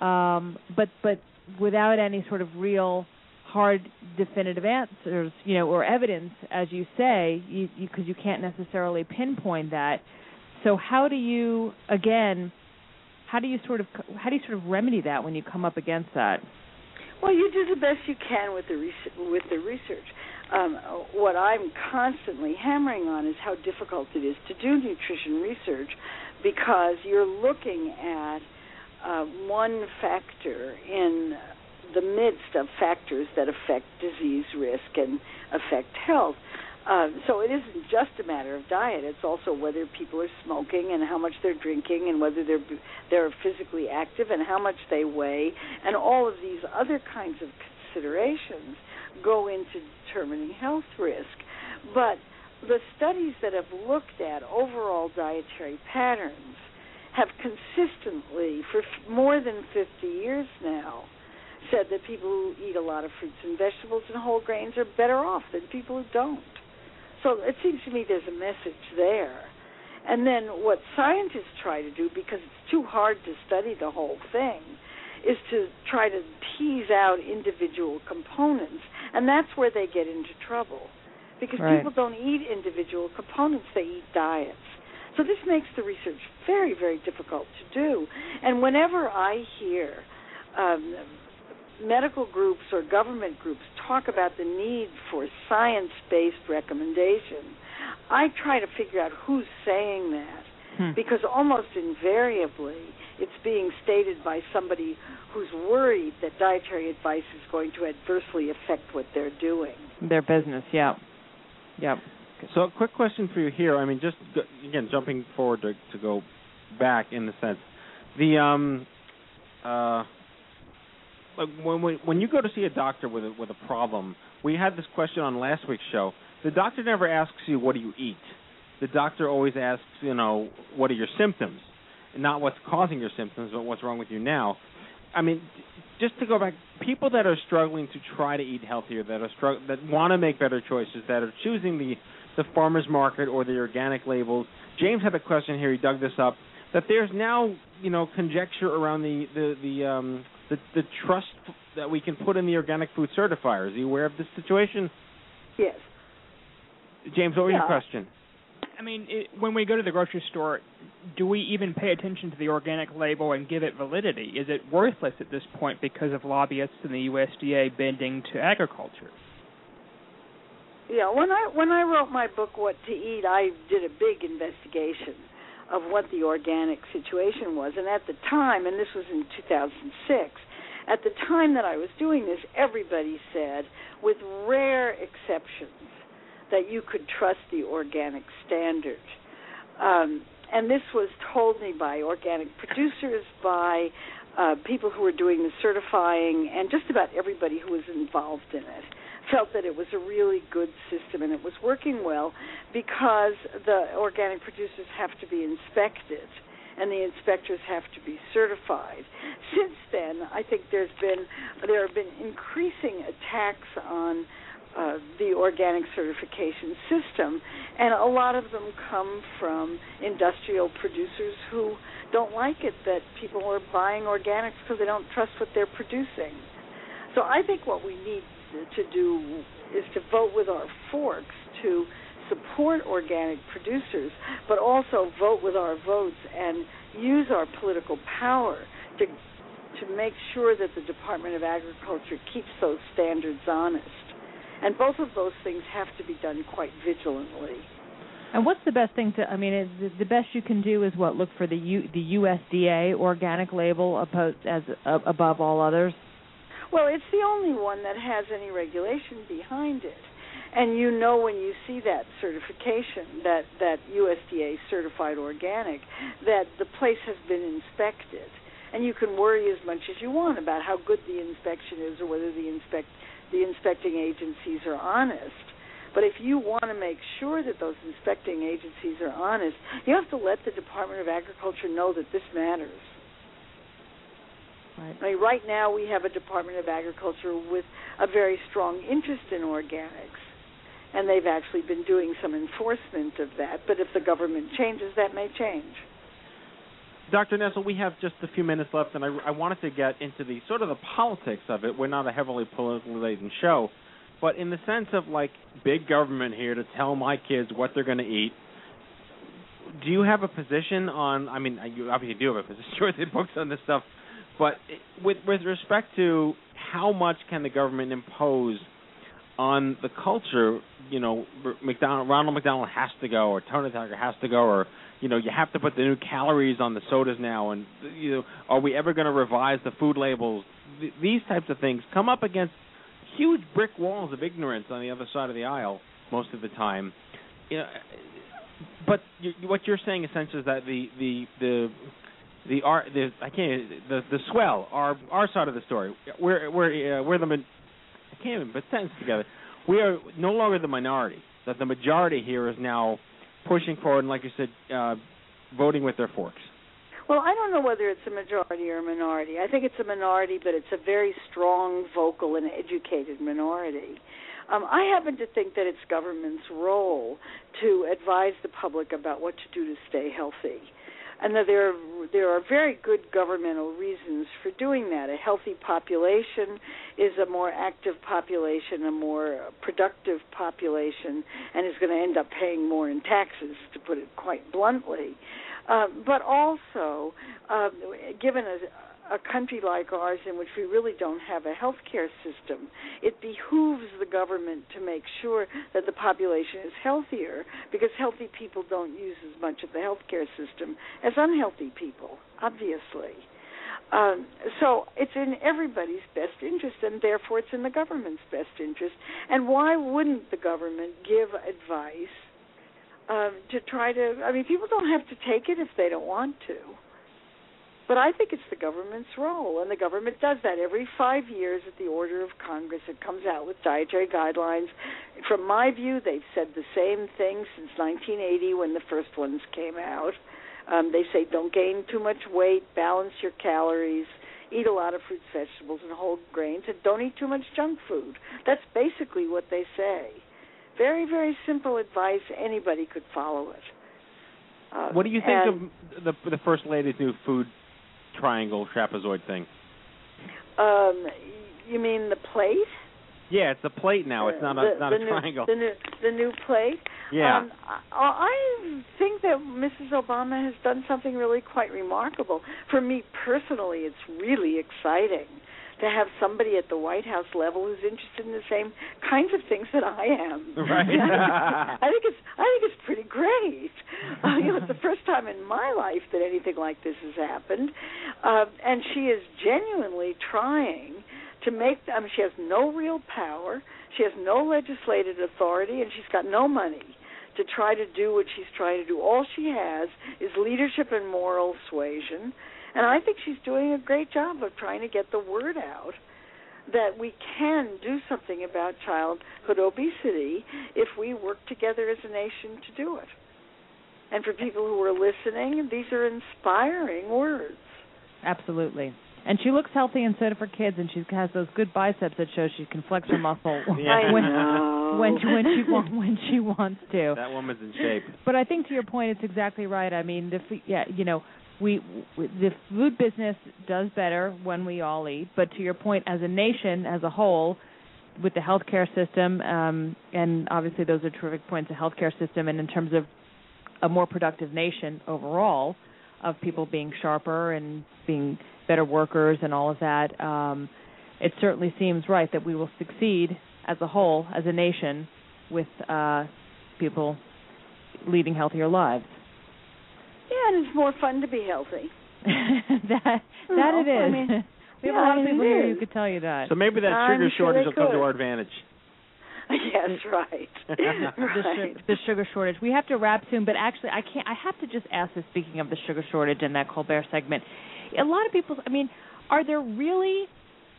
[SPEAKER 10] um, but but without any sort of real hard definitive answers, you know, or evidence, as you say, because you, you, 'cause you can't necessarily pinpoint that. So how do you again? How do you sort of how do you sort of remedy that when you come up against that?
[SPEAKER 18] Well, you do the best you can with the research, with the research. Um, what I'm constantly hammering on is how difficult it is to do nutrition research because you're looking at uh, one factor in the midst of factors that affect disease risk and affect health. Um, so it isn't just a matter of diet; it's also whether people are smoking and how much they're drinking, and whether they're they're physically active and how much they weigh, and all of these other kinds of considerations go into determining health risk. But the studies that have looked at overall dietary patterns have consistently, for f- more than 50 years now, said that people who eat a lot of fruits and vegetables and whole grains are better off than people who don't. So it seems to me there's a message there. And then what scientists try to do, because it's too hard to study the whole thing, is to try to tease out individual components. And that's where they get into trouble. Because
[SPEAKER 10] Right.
[SPEAKER 18] people don't eat individual components, they eat diets. So this makes the research very, very difficult to do. And whenever I hear um, medical groups or government groups talk about the need for science based recommendation, I try to figure out who's saying that because almost invariably it's being stated by somebody who's worried that dietary advice is going to adversely affect what they're doing.
[SPEAKER 10] Their business, yeah, yeah.
[SPEAKER 11] So, a quick question for you here. I mean, just g- again, jumping forward to, to go back in the sense, the um, uh, like when we, when you go to see a doctor with a, with a problem, we had this question on last week's show. The doctor never asks you what do you eat. The doctor always asks, you know, what are your symptoms, not what's causing your symptoms, but what's wrong with you now. I mean, just to go back, people that are struggling to try to eat healthier, that are strugg- that want to make better choices, that are choosing the the farmers market or the organic labels. James had a question here. He dug this up. That there's now you know conjecture around the the the um, the, the trust that we can put in the organic food certifiers. Are you aware of this situation,
[SPEAKER 18] Yes.
[SPEAKER 11] James? What was
[SPEAKER 12] Yeah.
[SPEAKER 11] your question?
[SPEAKER 12] I mean, it, when we go to the grocery store, do we even pay attention to the organic label and give it validity? Is it worthless at this point because of lobbyists and the USDA bending to agriculture?
[SPEAKER 18] Yeah, when I when I wrote my book What to Eat, I did a big investigation of what the organic situation was and at the time and this was in 2006, at the time that I was doing this, everybody said with rare exceptions that you could trust the organic standard. Um and this was told me by organic producers, by uh, people who were doing the certifying, and just about everybody who was involved in it felt that it was a really good system and it was working well because the organic producers have to be inspected and the inspectors have to be certified. Since then, I think there's been there have been increasing attacks on uh, the organic certification system, and a lot of them come from industrial producers who don't like it that people are buying organics because they don't trust what they're producing. So I think what we need to do is to vote with our forks to support organic producers, but also vote with our votes and use our political power to to make sure that the Department of Agriculture keeps those standards honest. And both of those things have to be done quite vigilantly.
[SPEAKER 10] And what's the best thing to? I mean, is the- the best you can do is what? Look for the U, the USDA organic label opposed, as uh, above all others.
[SPEAKER 18] Well, it's the only one that has any regulation behind it. And you know when you see that certification, that, that USDA certified organic, that the place has been inspected. And you can worry as much as you want about how good the inspection is or whether the inspect the inspecting agencies are honest. But if you want to make sure that those inspecting agencies are honest, you have to let the Department of Agriculture know that this matters.
[SPEAKER 10] Right.
[SPEAKER 18] I mean, right now we have a Department of Agriculture with a very strong interest in organics, and they've actually been doing some enforcement of that. But if the government changes, that may change.
[SPEAKER 11] Dr. Nessel, we have just a few minutes left, and I, I wanted to get into the sort of the politics of it. We're not a heavily politically show, but in the sense of like big government here to tell my kids what they're going to eat. Do you have a position on? I mean, you obviously do have a position with the books on this stuff, but with with respect to how much can the government impose on the culture? You know, McDonald, Ronald McDonald has to go, or Tony Tiger has to go, or you know, you have to put the new calories on the sodas now, and you know, are we ever going to revise the food labels? Th- these types of things come up against huge brick walls of ignorance on the other side of the aisle most of the time. You know, but you, what you're saying essentially is that the the the the our the I can't the the swell our our side of the story we're we're uh, we're the min- I can't even put sentences together we are no longer the minority that the majority here is now pushing forward and like you said uh, voting with their forks
[SPEAKER 18] Well, I don't know whether it's a majority or a minority. I think it's a minority, but it's a very strong, vocal, and educated minority. Um, I happen to think that it's government's role to advise the public about what to do to stay healthy, and that there are, there are very good governmental reasons for doing that. A healthy population is a more active population, a more productive population, and is going to end up paying more in taxes, to put it quite bluntly. Um, but also, um, given a, a country like ours in which we really don't have a health care system, it behooves the government to make sure that the population is healthier because healthy people don't use as much of the health care system as unhealthy people, obviously. Um, so it's in everybody's best interest, and therefore it's in the government's best interest. And why wouldn't the government give advice um, to try to. I mean, people don't have to take it if they don't want to. But I think it's the government's role, and the government does that every five years at the order of Congress. It comes out with dietary guidelines. From my view, they've said the same thing since 1980 when the first ones came out. Um, they say don't gain too much weight, balance your calories, eat a lot of fruits, vegetables, and whole grains, and don't eat too much junk food. That's basically what they say very very simple advice anybody could follow it uh,
[SPEAKER 11] what do you think
[SPEAKER 18] and,
[SPEAKER 11] of the the first lady's new food triangle trapezoid thing
[SPEAKER 18] um you mean the plate
[SPEAKER 11] yeah it's a plate now it's not a
[SPEAKER 18] the,
[SPEAKER 11] not
[SPEAKER 18] the
[SPEAKER 11] a triangle
[SPEAKER 18] new, the new the new plate
[SPEAKER 11] yeah
[SPEAKER 18] um, I, I think that mrs obama has done something really quite remarkable for me personally it's really exciting to have somebody at the White House level who's interested in the same kinds of things that I am.
[SPEAKER 11] Right.
[SPEAKER 18] I think it's I think it's pretty great. Uh, you know, it's the first time in my life that anything like this has happened, um, and she is genuinely trying to make. I mean, she has no real power. She has no legislative authority, and she's got no money to try to do what she's trying to do. All she has is leadership and moral suasion, and I think she's doing a great job of trying to get the word out that we can do something about childhood obesity if we work together as a nation to do it. And for people who are listening, these are inspiring words.
[SPEAKER 10] Absolutely. And she looks healthy, and so do her kids. And she has those good biceps that show she can flex her muscle
[SPEAKER 11] Yeah.
[SPEAKER 10] when,
[SPEAKER 11] I know.
[SPEAKER 10] when when she wa- when she wants
[SPEAKER 18] Um,
[SPEAKER 10] to.
[SPEAKER 11] That woman's in shape.
[SPEAKER 10] But I think to your point, it's exactly right. I mean, the f- yeah, you know, we, we the food business does better when we all eat. But to your point, as a nation, as a whole, with the healthcare system, um, and obviously those are terrific points. The healthcare system, and in terms of a more productive nation overall, of people being sharper and being better workers and all of that. Um, it certainly seems right that we will succeed as a whole, as a nation, with uh, people leading healthier lives.
[SPEAKER 18] Yeah, and it's more fun to be healthy.
[SPEAKER 10] that
[SPEAKER 18] No,
[SPEAKER 10] that it
[SPEAKER 18] I
[SPEAKER 10] is.
[SPEAKER 18] mean,
[SPEAKER 10] we have
[SPEAKER 18] yeah,
[SPEAKER 10] a lot of
[SPEAKER 18] it
[SPEAKER 10] people here
[SPEAKER 18] is.
[SPEAKER 10] who could tell you that.
[SPEAKER 11] So maybe that
[SPEAKER 18] I'm
[SPEAKER 11] sugar
[SPEAKER 18] sure
[SPEAKER 11] shortage
[SPEAKER 18] they
[SPEAKER 11] will come to
[SPEAKER 18] could.
[SPEAKER 11] our advantage.
[SPEAKER 18] yes, right.
[SPEAKER 10] the,
[SPEAKER 18] right.
[SPEAKER 10] su- the sugar shortage. We have to wrap soon, but actually, I can't. I have to just ask this. Speaking of the sugar shortage and that Colbert segment, a lot of people. I mean, are there really?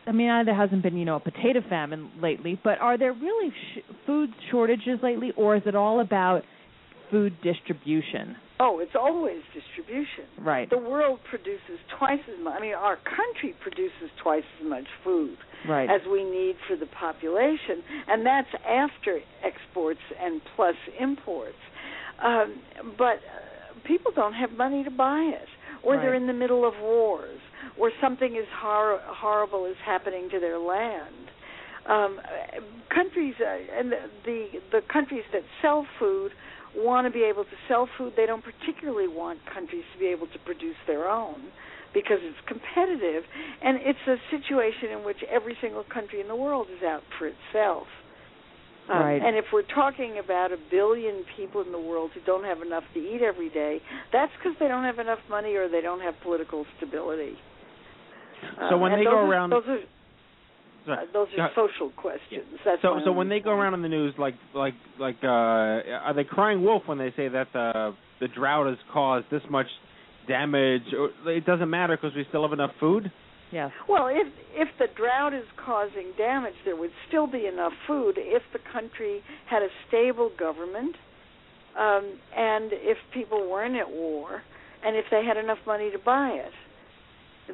[SPEAKER 10] I mean, I- there hasn't been, you know, a potato famine lately, but are there really sh- food shortages lately, or is it all about food distribution?
[SPEAKER 18] Oh, it's always distribution.
[SPEAKER 10] Right.
[SPEAKER 18] The world produces twice as much. I mean, our country produces twice as much food
[SPEAKER 10] Right.
[SPEAKER 18] as we need for the population, and that's after exports and plus imports. Um, but uh, people don't have money to buy it, or they're
[SPEAKER 10] Right.
[SPEAKER 18] in the middle of wars, or something is hor- horrible is happening to their land. Um, uh, countries uh, and the, the the countries that sell food want to be able to sell food. They don't particularly want countries to be able to produce their own because it's competitive and it's a situation in which every single country in the world is out for itself. Um,
[SPEAKER 10] Right.
[SPEAKER 18] And if we're talking about a billion people in the world who don't have enough to eat every day, that's because they don't have enough money or they don't have political stability.
[SPEAKER 11] So
[SPEAKER 18] Um,
[SPEAKER 11] when
[SPEAKER 18] and
[SPEAKER 11] they go
[SPEAKER 18] those are-
[SPEAKER 11] around,
[SPEAKER 18] those are
[SPEAKER 11] Sorry.
[SPEAKER 18] uh, those
[SPEAKER 11] Go
[SPEAKER 18] are
[SPEAKER 11] ahead.
[SPEAKER 18] social questions. That's
[SPEAKER 11] so
[SPEAKER 18] my
[SPEAKER 11] so
[SPEAKER 18] own-
[SPEAKER 11] when they go around in the news, like like like, uh, are they crying wolf when they say that the the drought has caused this much damage? Or, it doesn't matter because we still have enough food.
[SPEAKER 10] Yes.
[SPEAKER 18] Well, if if the drought is causing damage, there would still be enough food if the country had a stable government, um, and if people weren't at war, and if they had enough money to buy it,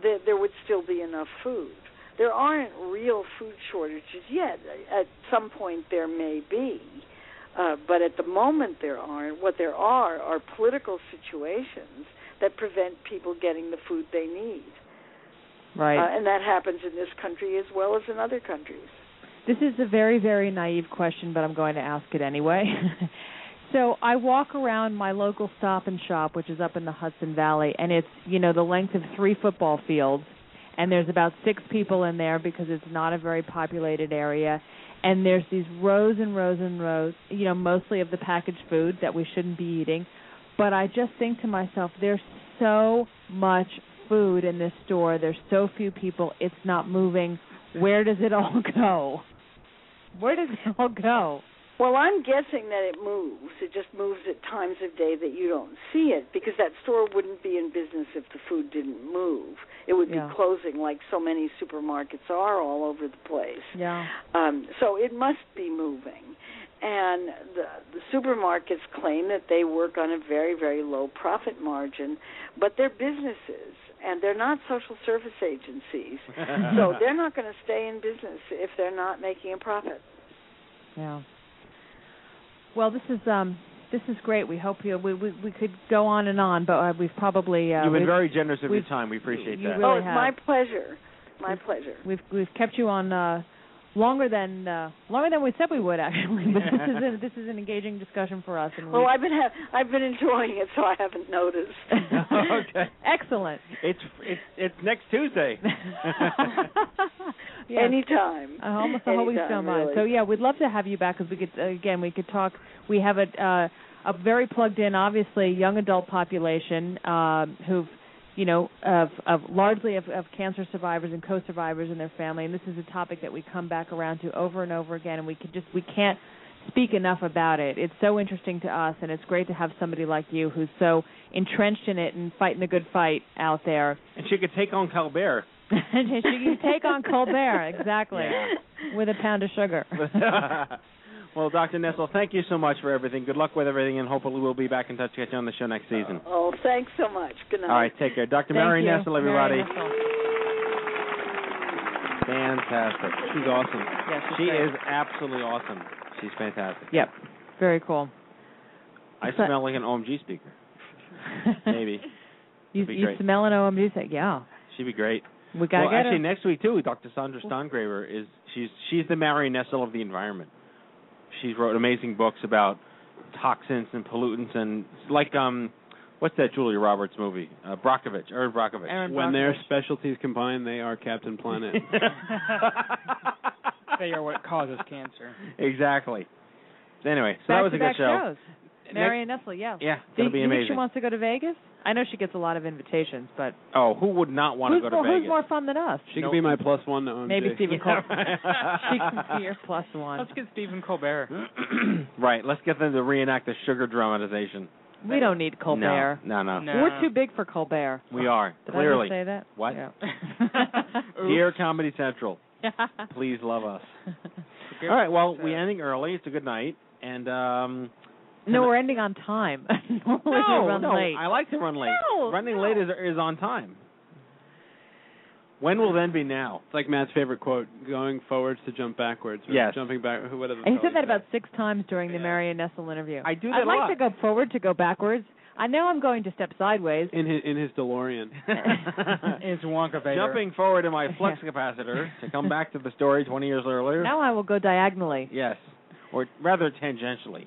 [SPEAKER 18] there, there would still be enough food. There aren't real food shortages yet. At some point, there may be, uh, but at the moment, there aren't. What there are are political situations that prevent people getting the food they need. Uh, and that happens in this country as well as in other countries.
[SPEAKER 10] This is a very, very naive question, but I'm going to ask it anyway. so I walk around my local stop and shop, which is up in the Hudson Valley, and it's, you know, the length of three football fields, and there's about six people in there because it's not a very populated area. And there's these rows and rows and rows, you know, mostly of the packaged food that we shouldn't be eating. But I just think to myself, there's so much food in this store. There's so few people. It's not moving. Where does it all go? Where does it all go?
[SPEAKER 18] Well, I'm guessing that it moves. It just moves at times of day that you don't see it because that store wouldn't be in business if the food didn't move. It would
[SPEAKER 10] Yeah.
[SPEAKER 18] be closing like so many supermarkets are all over the place.
[SPEAKER 10] Yeah.
[SPEAKER 18] Um, so it must be moving. And the, the supermarkets claim that they work on a very, very low profit margin, but they're businesses and they're not social service agencies.
[SPEAKER 10] Uh-huh.
[SPEAKER 18] so they're not going to stay in business if they're not making a profit.
[SPEAKER 10] Yeah. Well, this is um this is great. We hope you we we, we could go on and on, but uh, we've probably uh,
[SPEAKER 11] You've been
[SPEAKER 10] we've,
[SPEAKER 11] very generous of your
[SPEAKER 10] we've-
[SPEAKER 11] time. We appreciate
[SPEAKER 10] you
[SPEAKER 11] that.
[SPEAKER 10] really
[SPEAKER 18] oh, it's
[SPEAKER 10] have.
[SPEAKER 18] my pleasure. My pleasure.
[SPEAKER 10] we've we've kept you on uh longer than uh longer than we said we would actually. this is a, this is an engaging discussion for us and we
[SPEAKER 18] Well, I've been ha- I've been enjoying it, so I haven't noticed.
[SPEAKER 11] okay.
[SPEAKER 10] excellent.
[SPEAKER 11] It's it's it's next Tuesday.
[SPEAKER 10] Yes.
[SPEAKER 18] Anytime.
[SPEAKER 10] I almost hope you so
[SPEAKER 18] Anytime,
[SPEAKER 10] much.
[SPEAKER 18] really.
[SPEAKER 10] So yeah, we'd love to have you back because we could again we could talk. We have a uh, a very plugged in, obviously young adult population um, who've you know of of largely of, of cancer survivors and co-survivors and their family. And this is a topic that we come back around to over and over again, and we could just we can't speak enough about it. It's so interesting to us, and it's great to have somebody like you who's so entrenched in it and fighting the good fight out there.
[SPEAKER 11] and she could take on Colbert.
[SPEAKER 10] And she can take on Colbert exactly with a pound of sugar.
[SPEAKER 11] well, Dr. Nessel, thank you so much for everything. Good luck with everything, and hopefully we'll be back in touch to get you on the show next season.
[SPEAKER 10] Uh,
[SPEAKER 18] Oh, thanks so much. Good night.
[SPEAKER 11] All right, take care. Dr. Mary Nessel, everybody.
[SPEAKER 18] Mary Nessel.
[SPEAKER 11] Fantastic. She's awesome.
[SPEAKER 10] Yeah, she's
[SPEAKER 11] she
[SPEAKER 10] great.
[SPEAKER 11] is absolutely awesome. She's fantastic.
[SPEAKER 10] Yep. Very cool.
[SPEAKER 11] I
[SPEAKER 10] So-
[SPEAKER 11] smell like an OMG speaker. Maybe.
[SPEAKER 10] You,
[SPEAKER 11] That'd be
[SPEAKER 10] you
[SPEAKER 11] great.
[SPEAKER 10] smell an OMG say, yeah.
[SPEAKER 11] She'd be great.
[SPEAKER 10] We gotta
[SPEAKER 11] well,
[SPEAKER 10] get
[SPEAKER 11] actually,
[SPEAKER 10] her.
[SPEAKER 11] next week too, Dr. Sandra Stongraver is she's she's the Mary Nessel of the environment. She's wrote amazing books about toxins and pollutants and like um, what's that Julia Roberts movie? Uh, Brockovich, Erin Brockovich.
[SPEAKER 19] When their specialties combine, they are Captain Planet.
[SPEAKER 12] they are what causes cancer.
[SPEAKER 11] exactly. Anyway, so
[SPEAKER 10] back
[SPEAKER 11] that was
[SPEAKER 10] to
[SPEAKER 11] a good
[SPEAKER 10] back
[SPEAKER 11] show.
[SPEAKER 10] shows. Marion Nestle, yeah.
[SPEAKER 11] Yeah, it's
[SPEAKER 10] Do you,
[SPEAKER 11] gonna be
[SPEAKER 10] you think she
[SPEAKER 11] amazing.
[SPEAKER 10] wants to go to Vegas? I know she gets a lot of invitations, but
[SPEAKER 11] Oh, who would not want to
[SPEAKER 10] who's,
[SPEAKER 11] go to
[SPEAKER 10] more,
[SPEAKER 11] Vegas?
[SPEAKER 10] who's more fun than us?
[SPEAKER 19] She could be my plus one to OMG.
[SPEAKER 10] Maybe Stephen Colbert. she
[SPEAKER 11] right.
[SPEAKER 10] can be your plus one.
[SPEAKER 12] Let's get Stephen Colbert.
[SPEAKER 11] right. Let's get them to reenact the sugar dramatization.
[SPEAKER 10] We don't need Colbert.
[SPEAKER 11] No, no, no.
[SPEAKER 10] We're too big for Colbert.
[SPEAKER 11] We are
[SPEAKER 10] Did
[SPEAKER 11] clearly.
[SPEAKER 10] I just say that?
[SPEAKER 11] What?
[SPEAKER 10] Yeah.
[SPEAKER 11] Dear Comedy Central, please love us. All right. Well, we're ending early. It's a good night, and um.
[SPEAKER 10] No, we're ending on time. Normally we
[SPEAKER 11] no,
[SPEAKER 10] run
[SPEAKER 11] no,
[SPEAKER 10] late.
[SPEAKER 11] I like to run late.
[SPEAKER 10] No,
[SPEAKER 11] Running late is is on time. When will then be now?
[SPEAKER 19] It's like Matt's favorite quote: "Going forwards to jump backwards." Or
[SPEAKER 11] Yes.
[SPEAKER 19] Jumping back. who- Whatever. the
[SPEAKER 10] He
[SPEAKER 19] hell
[SPEAKER 10] said that about six times during the Marion Nessel interview. I
[SPEAKER 19] do
[SPEAKER 10] I'd
[SPEAKER 19] that a
[SPEAKER 10] like
[SPEAKER 19] lot.
[SPEAKER 10] to go forward to go backwards. I know I'm going to step sideways.
[SPEAKER 19] In his in his DeLorean.
[SPEAKER 12] It's Wonka Vader.
[SPEAKER 11] Jumping forward in my flux capacitor to come back to the story 20 years earlier.
[SPEAKER 10] Now I will go diagonally,
[SPEAKER 11] Yes, or rather tangentially.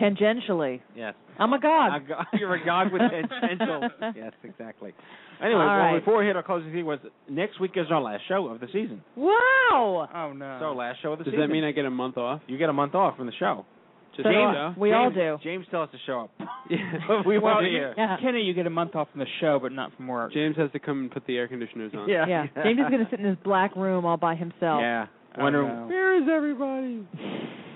[SPEAKER 10] tangentially.
[SPEAKER 11] Yes.
[SPEAKER 10] I'm a god.
[SPEAKER 11] A go- you're a god with tangential. yes, exactly. Anyway,
[SPEAKER 10] All
[SPEAKER 11] well,
[SPEAKER 10] right.
[SPEAKER 11] before we hit our closing thing was next week is our last show of the season.
[SPEAKER 10] Wow.
[SPEAKER 12] Oh no.
[SPEAKER 11] So last show of the
[SPEAKER 19] Does
[SPEAKER 11] season.
[SPEAKER 19] that mean I get a month off?
[SPEAKER 11] You get a month off from the show.
[SPEAKER 19] Just
[SPEAKER 11] James,
[SPEAKER 10] we all
[SPEAKER 11] James- James tell us to show up.
[SPEAKER 19] Yeah.
[SPEAKER 11] we
[SPEAKER 12] well,
[SPEAKER 11] want to
[SPEAKER 12] you-
[SPEAKER 11] hear.
[SPEAKER 12] Kenny, you get a month off from the show, but not from work.
[SPEAKER 19] James has to come and put the air conditioners on.
[SPEAKER 11] Yeah.
[SPEAKER 10] Yeah. James is going to sit in his black room all by himself.
[SPEAKER 11] Yeah.
[SPEAKER 19] Oh,
[SPEAKER 11] Wonder-
[SPEAKER 19] no.
[SPEAKER 10] Where is everybody?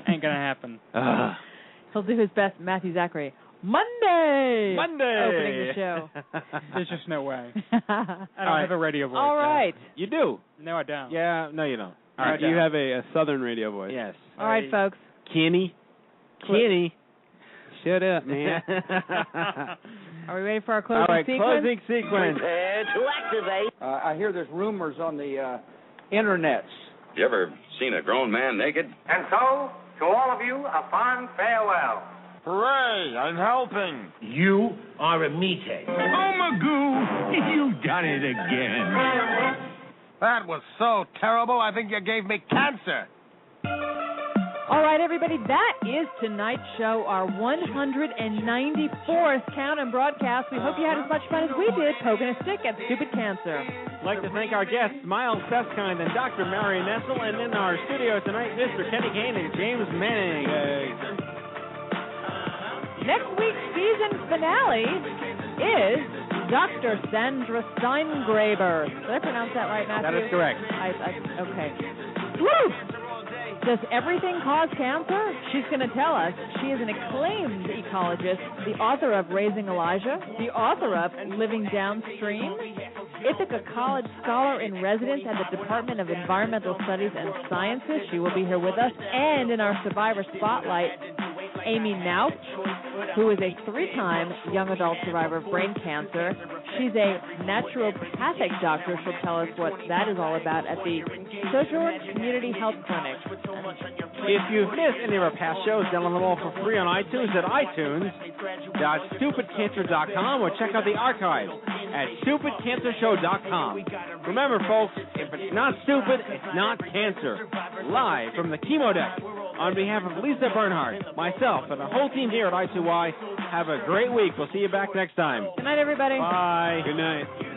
[SPEAKER 12] Ain't gonna happen.
[SPEAKER 11] Ugh.
[SPEAKER 10] He'll do his best, Matthew Zachary. Monday.
[SPEAKER 11] Monday.
[SPEAKER 10] Opening the show.
[SPEAKER 12] There's just no way.
[SPEAKER 10] I
[SPEAKER 12] don't
[SPEAKER 11] All right.
[SPEAKER 12] have a radio voice.
[SPEAKER 10] all right.
[SPEAKER 11] You do.
[SPEAKER 12] No, I
[SPEAKER 10] Oh.
[SPEAKER 12] don't.
[SPEAKER 11] Yeah. No, you don't.
[SPEAKER 19] All right, you have a, a southern radio voice.
[SPEAKER 11] Yes.
[SPEAKER 10] All right, folks.
[SPEAKER 11] Kenny. Kenny.
[SPEAKER 19] Shut up, man.
[SPEAKER 10] Are we ready for our
[SPEAKER 11] All
[SPEAKER 10] closing
[SPEAKER 11] right,
[SPEAKER 10] sequence?
[SPEAKER 11] closing sequence.
[SPEAKER 20] Uh, I hear there's rumors on the uh, internets.
[SPEAKER 21] You ever seen a grown man naked?
[SPEAKER 4] And so, to all of you, a fond farewell. Hooray, I'm helping.
[SPEAKER 22] You are a meathead. Oh, Magoo, you done it again.
[SPEAKER 4] That was so terrible, I think you gave me cancer.
[SPEAKER 10] All right, everybody, that is tonight's show, our 194th count and broadcast. We hope you had as much fun as we did poking a stick at stupid cancer.
[SPEAKER 11] I'd like to thank our guests, Miles Beskine and Dr. Mary Nessel, and in our studio tonight, Mr. Kenny Kane and James Manning.
[SPEAKER 10] Next week's season finale is Dr. Sandra Steingraber. Did I pronounce that right, Matthew?
[SPEAKER 11] That is correct.
[SPEAKER 10] I, I, okay. Woo! Does everything cause cancer? She's going to tell us. She is an acclaimed ecologist, the author of Raising Elijah, the author of Living Downstream, Ithaca College Scholar in Residence at the Department of Environmental Studies and Sciences. She will be here with us. And in our Survivor Spotlight, Amy Nauf, who is a three time young adult survivor of brain cancer. She's a naturopathic doctor. She'll tell us what that is all about at the Sojourn Community Health Clinic.
[SPEAKER 11] If you've missed any of our past shows, download them all for free on iTunes at iTunes.stupidcancer.com or check out the archive at stupidcancershow.com. Remember, folks, if it's not stupid, it's not cancer. Live from the chemo deck, on behalf of Lisa Bernhardt, myself, and the whole team here at I2Y, have a great week. We'll see you back next time.
[SPEAKER 10] Good night, everybody.
[SPEAKER 11] Bye. Good
[SPEAKER 19] night.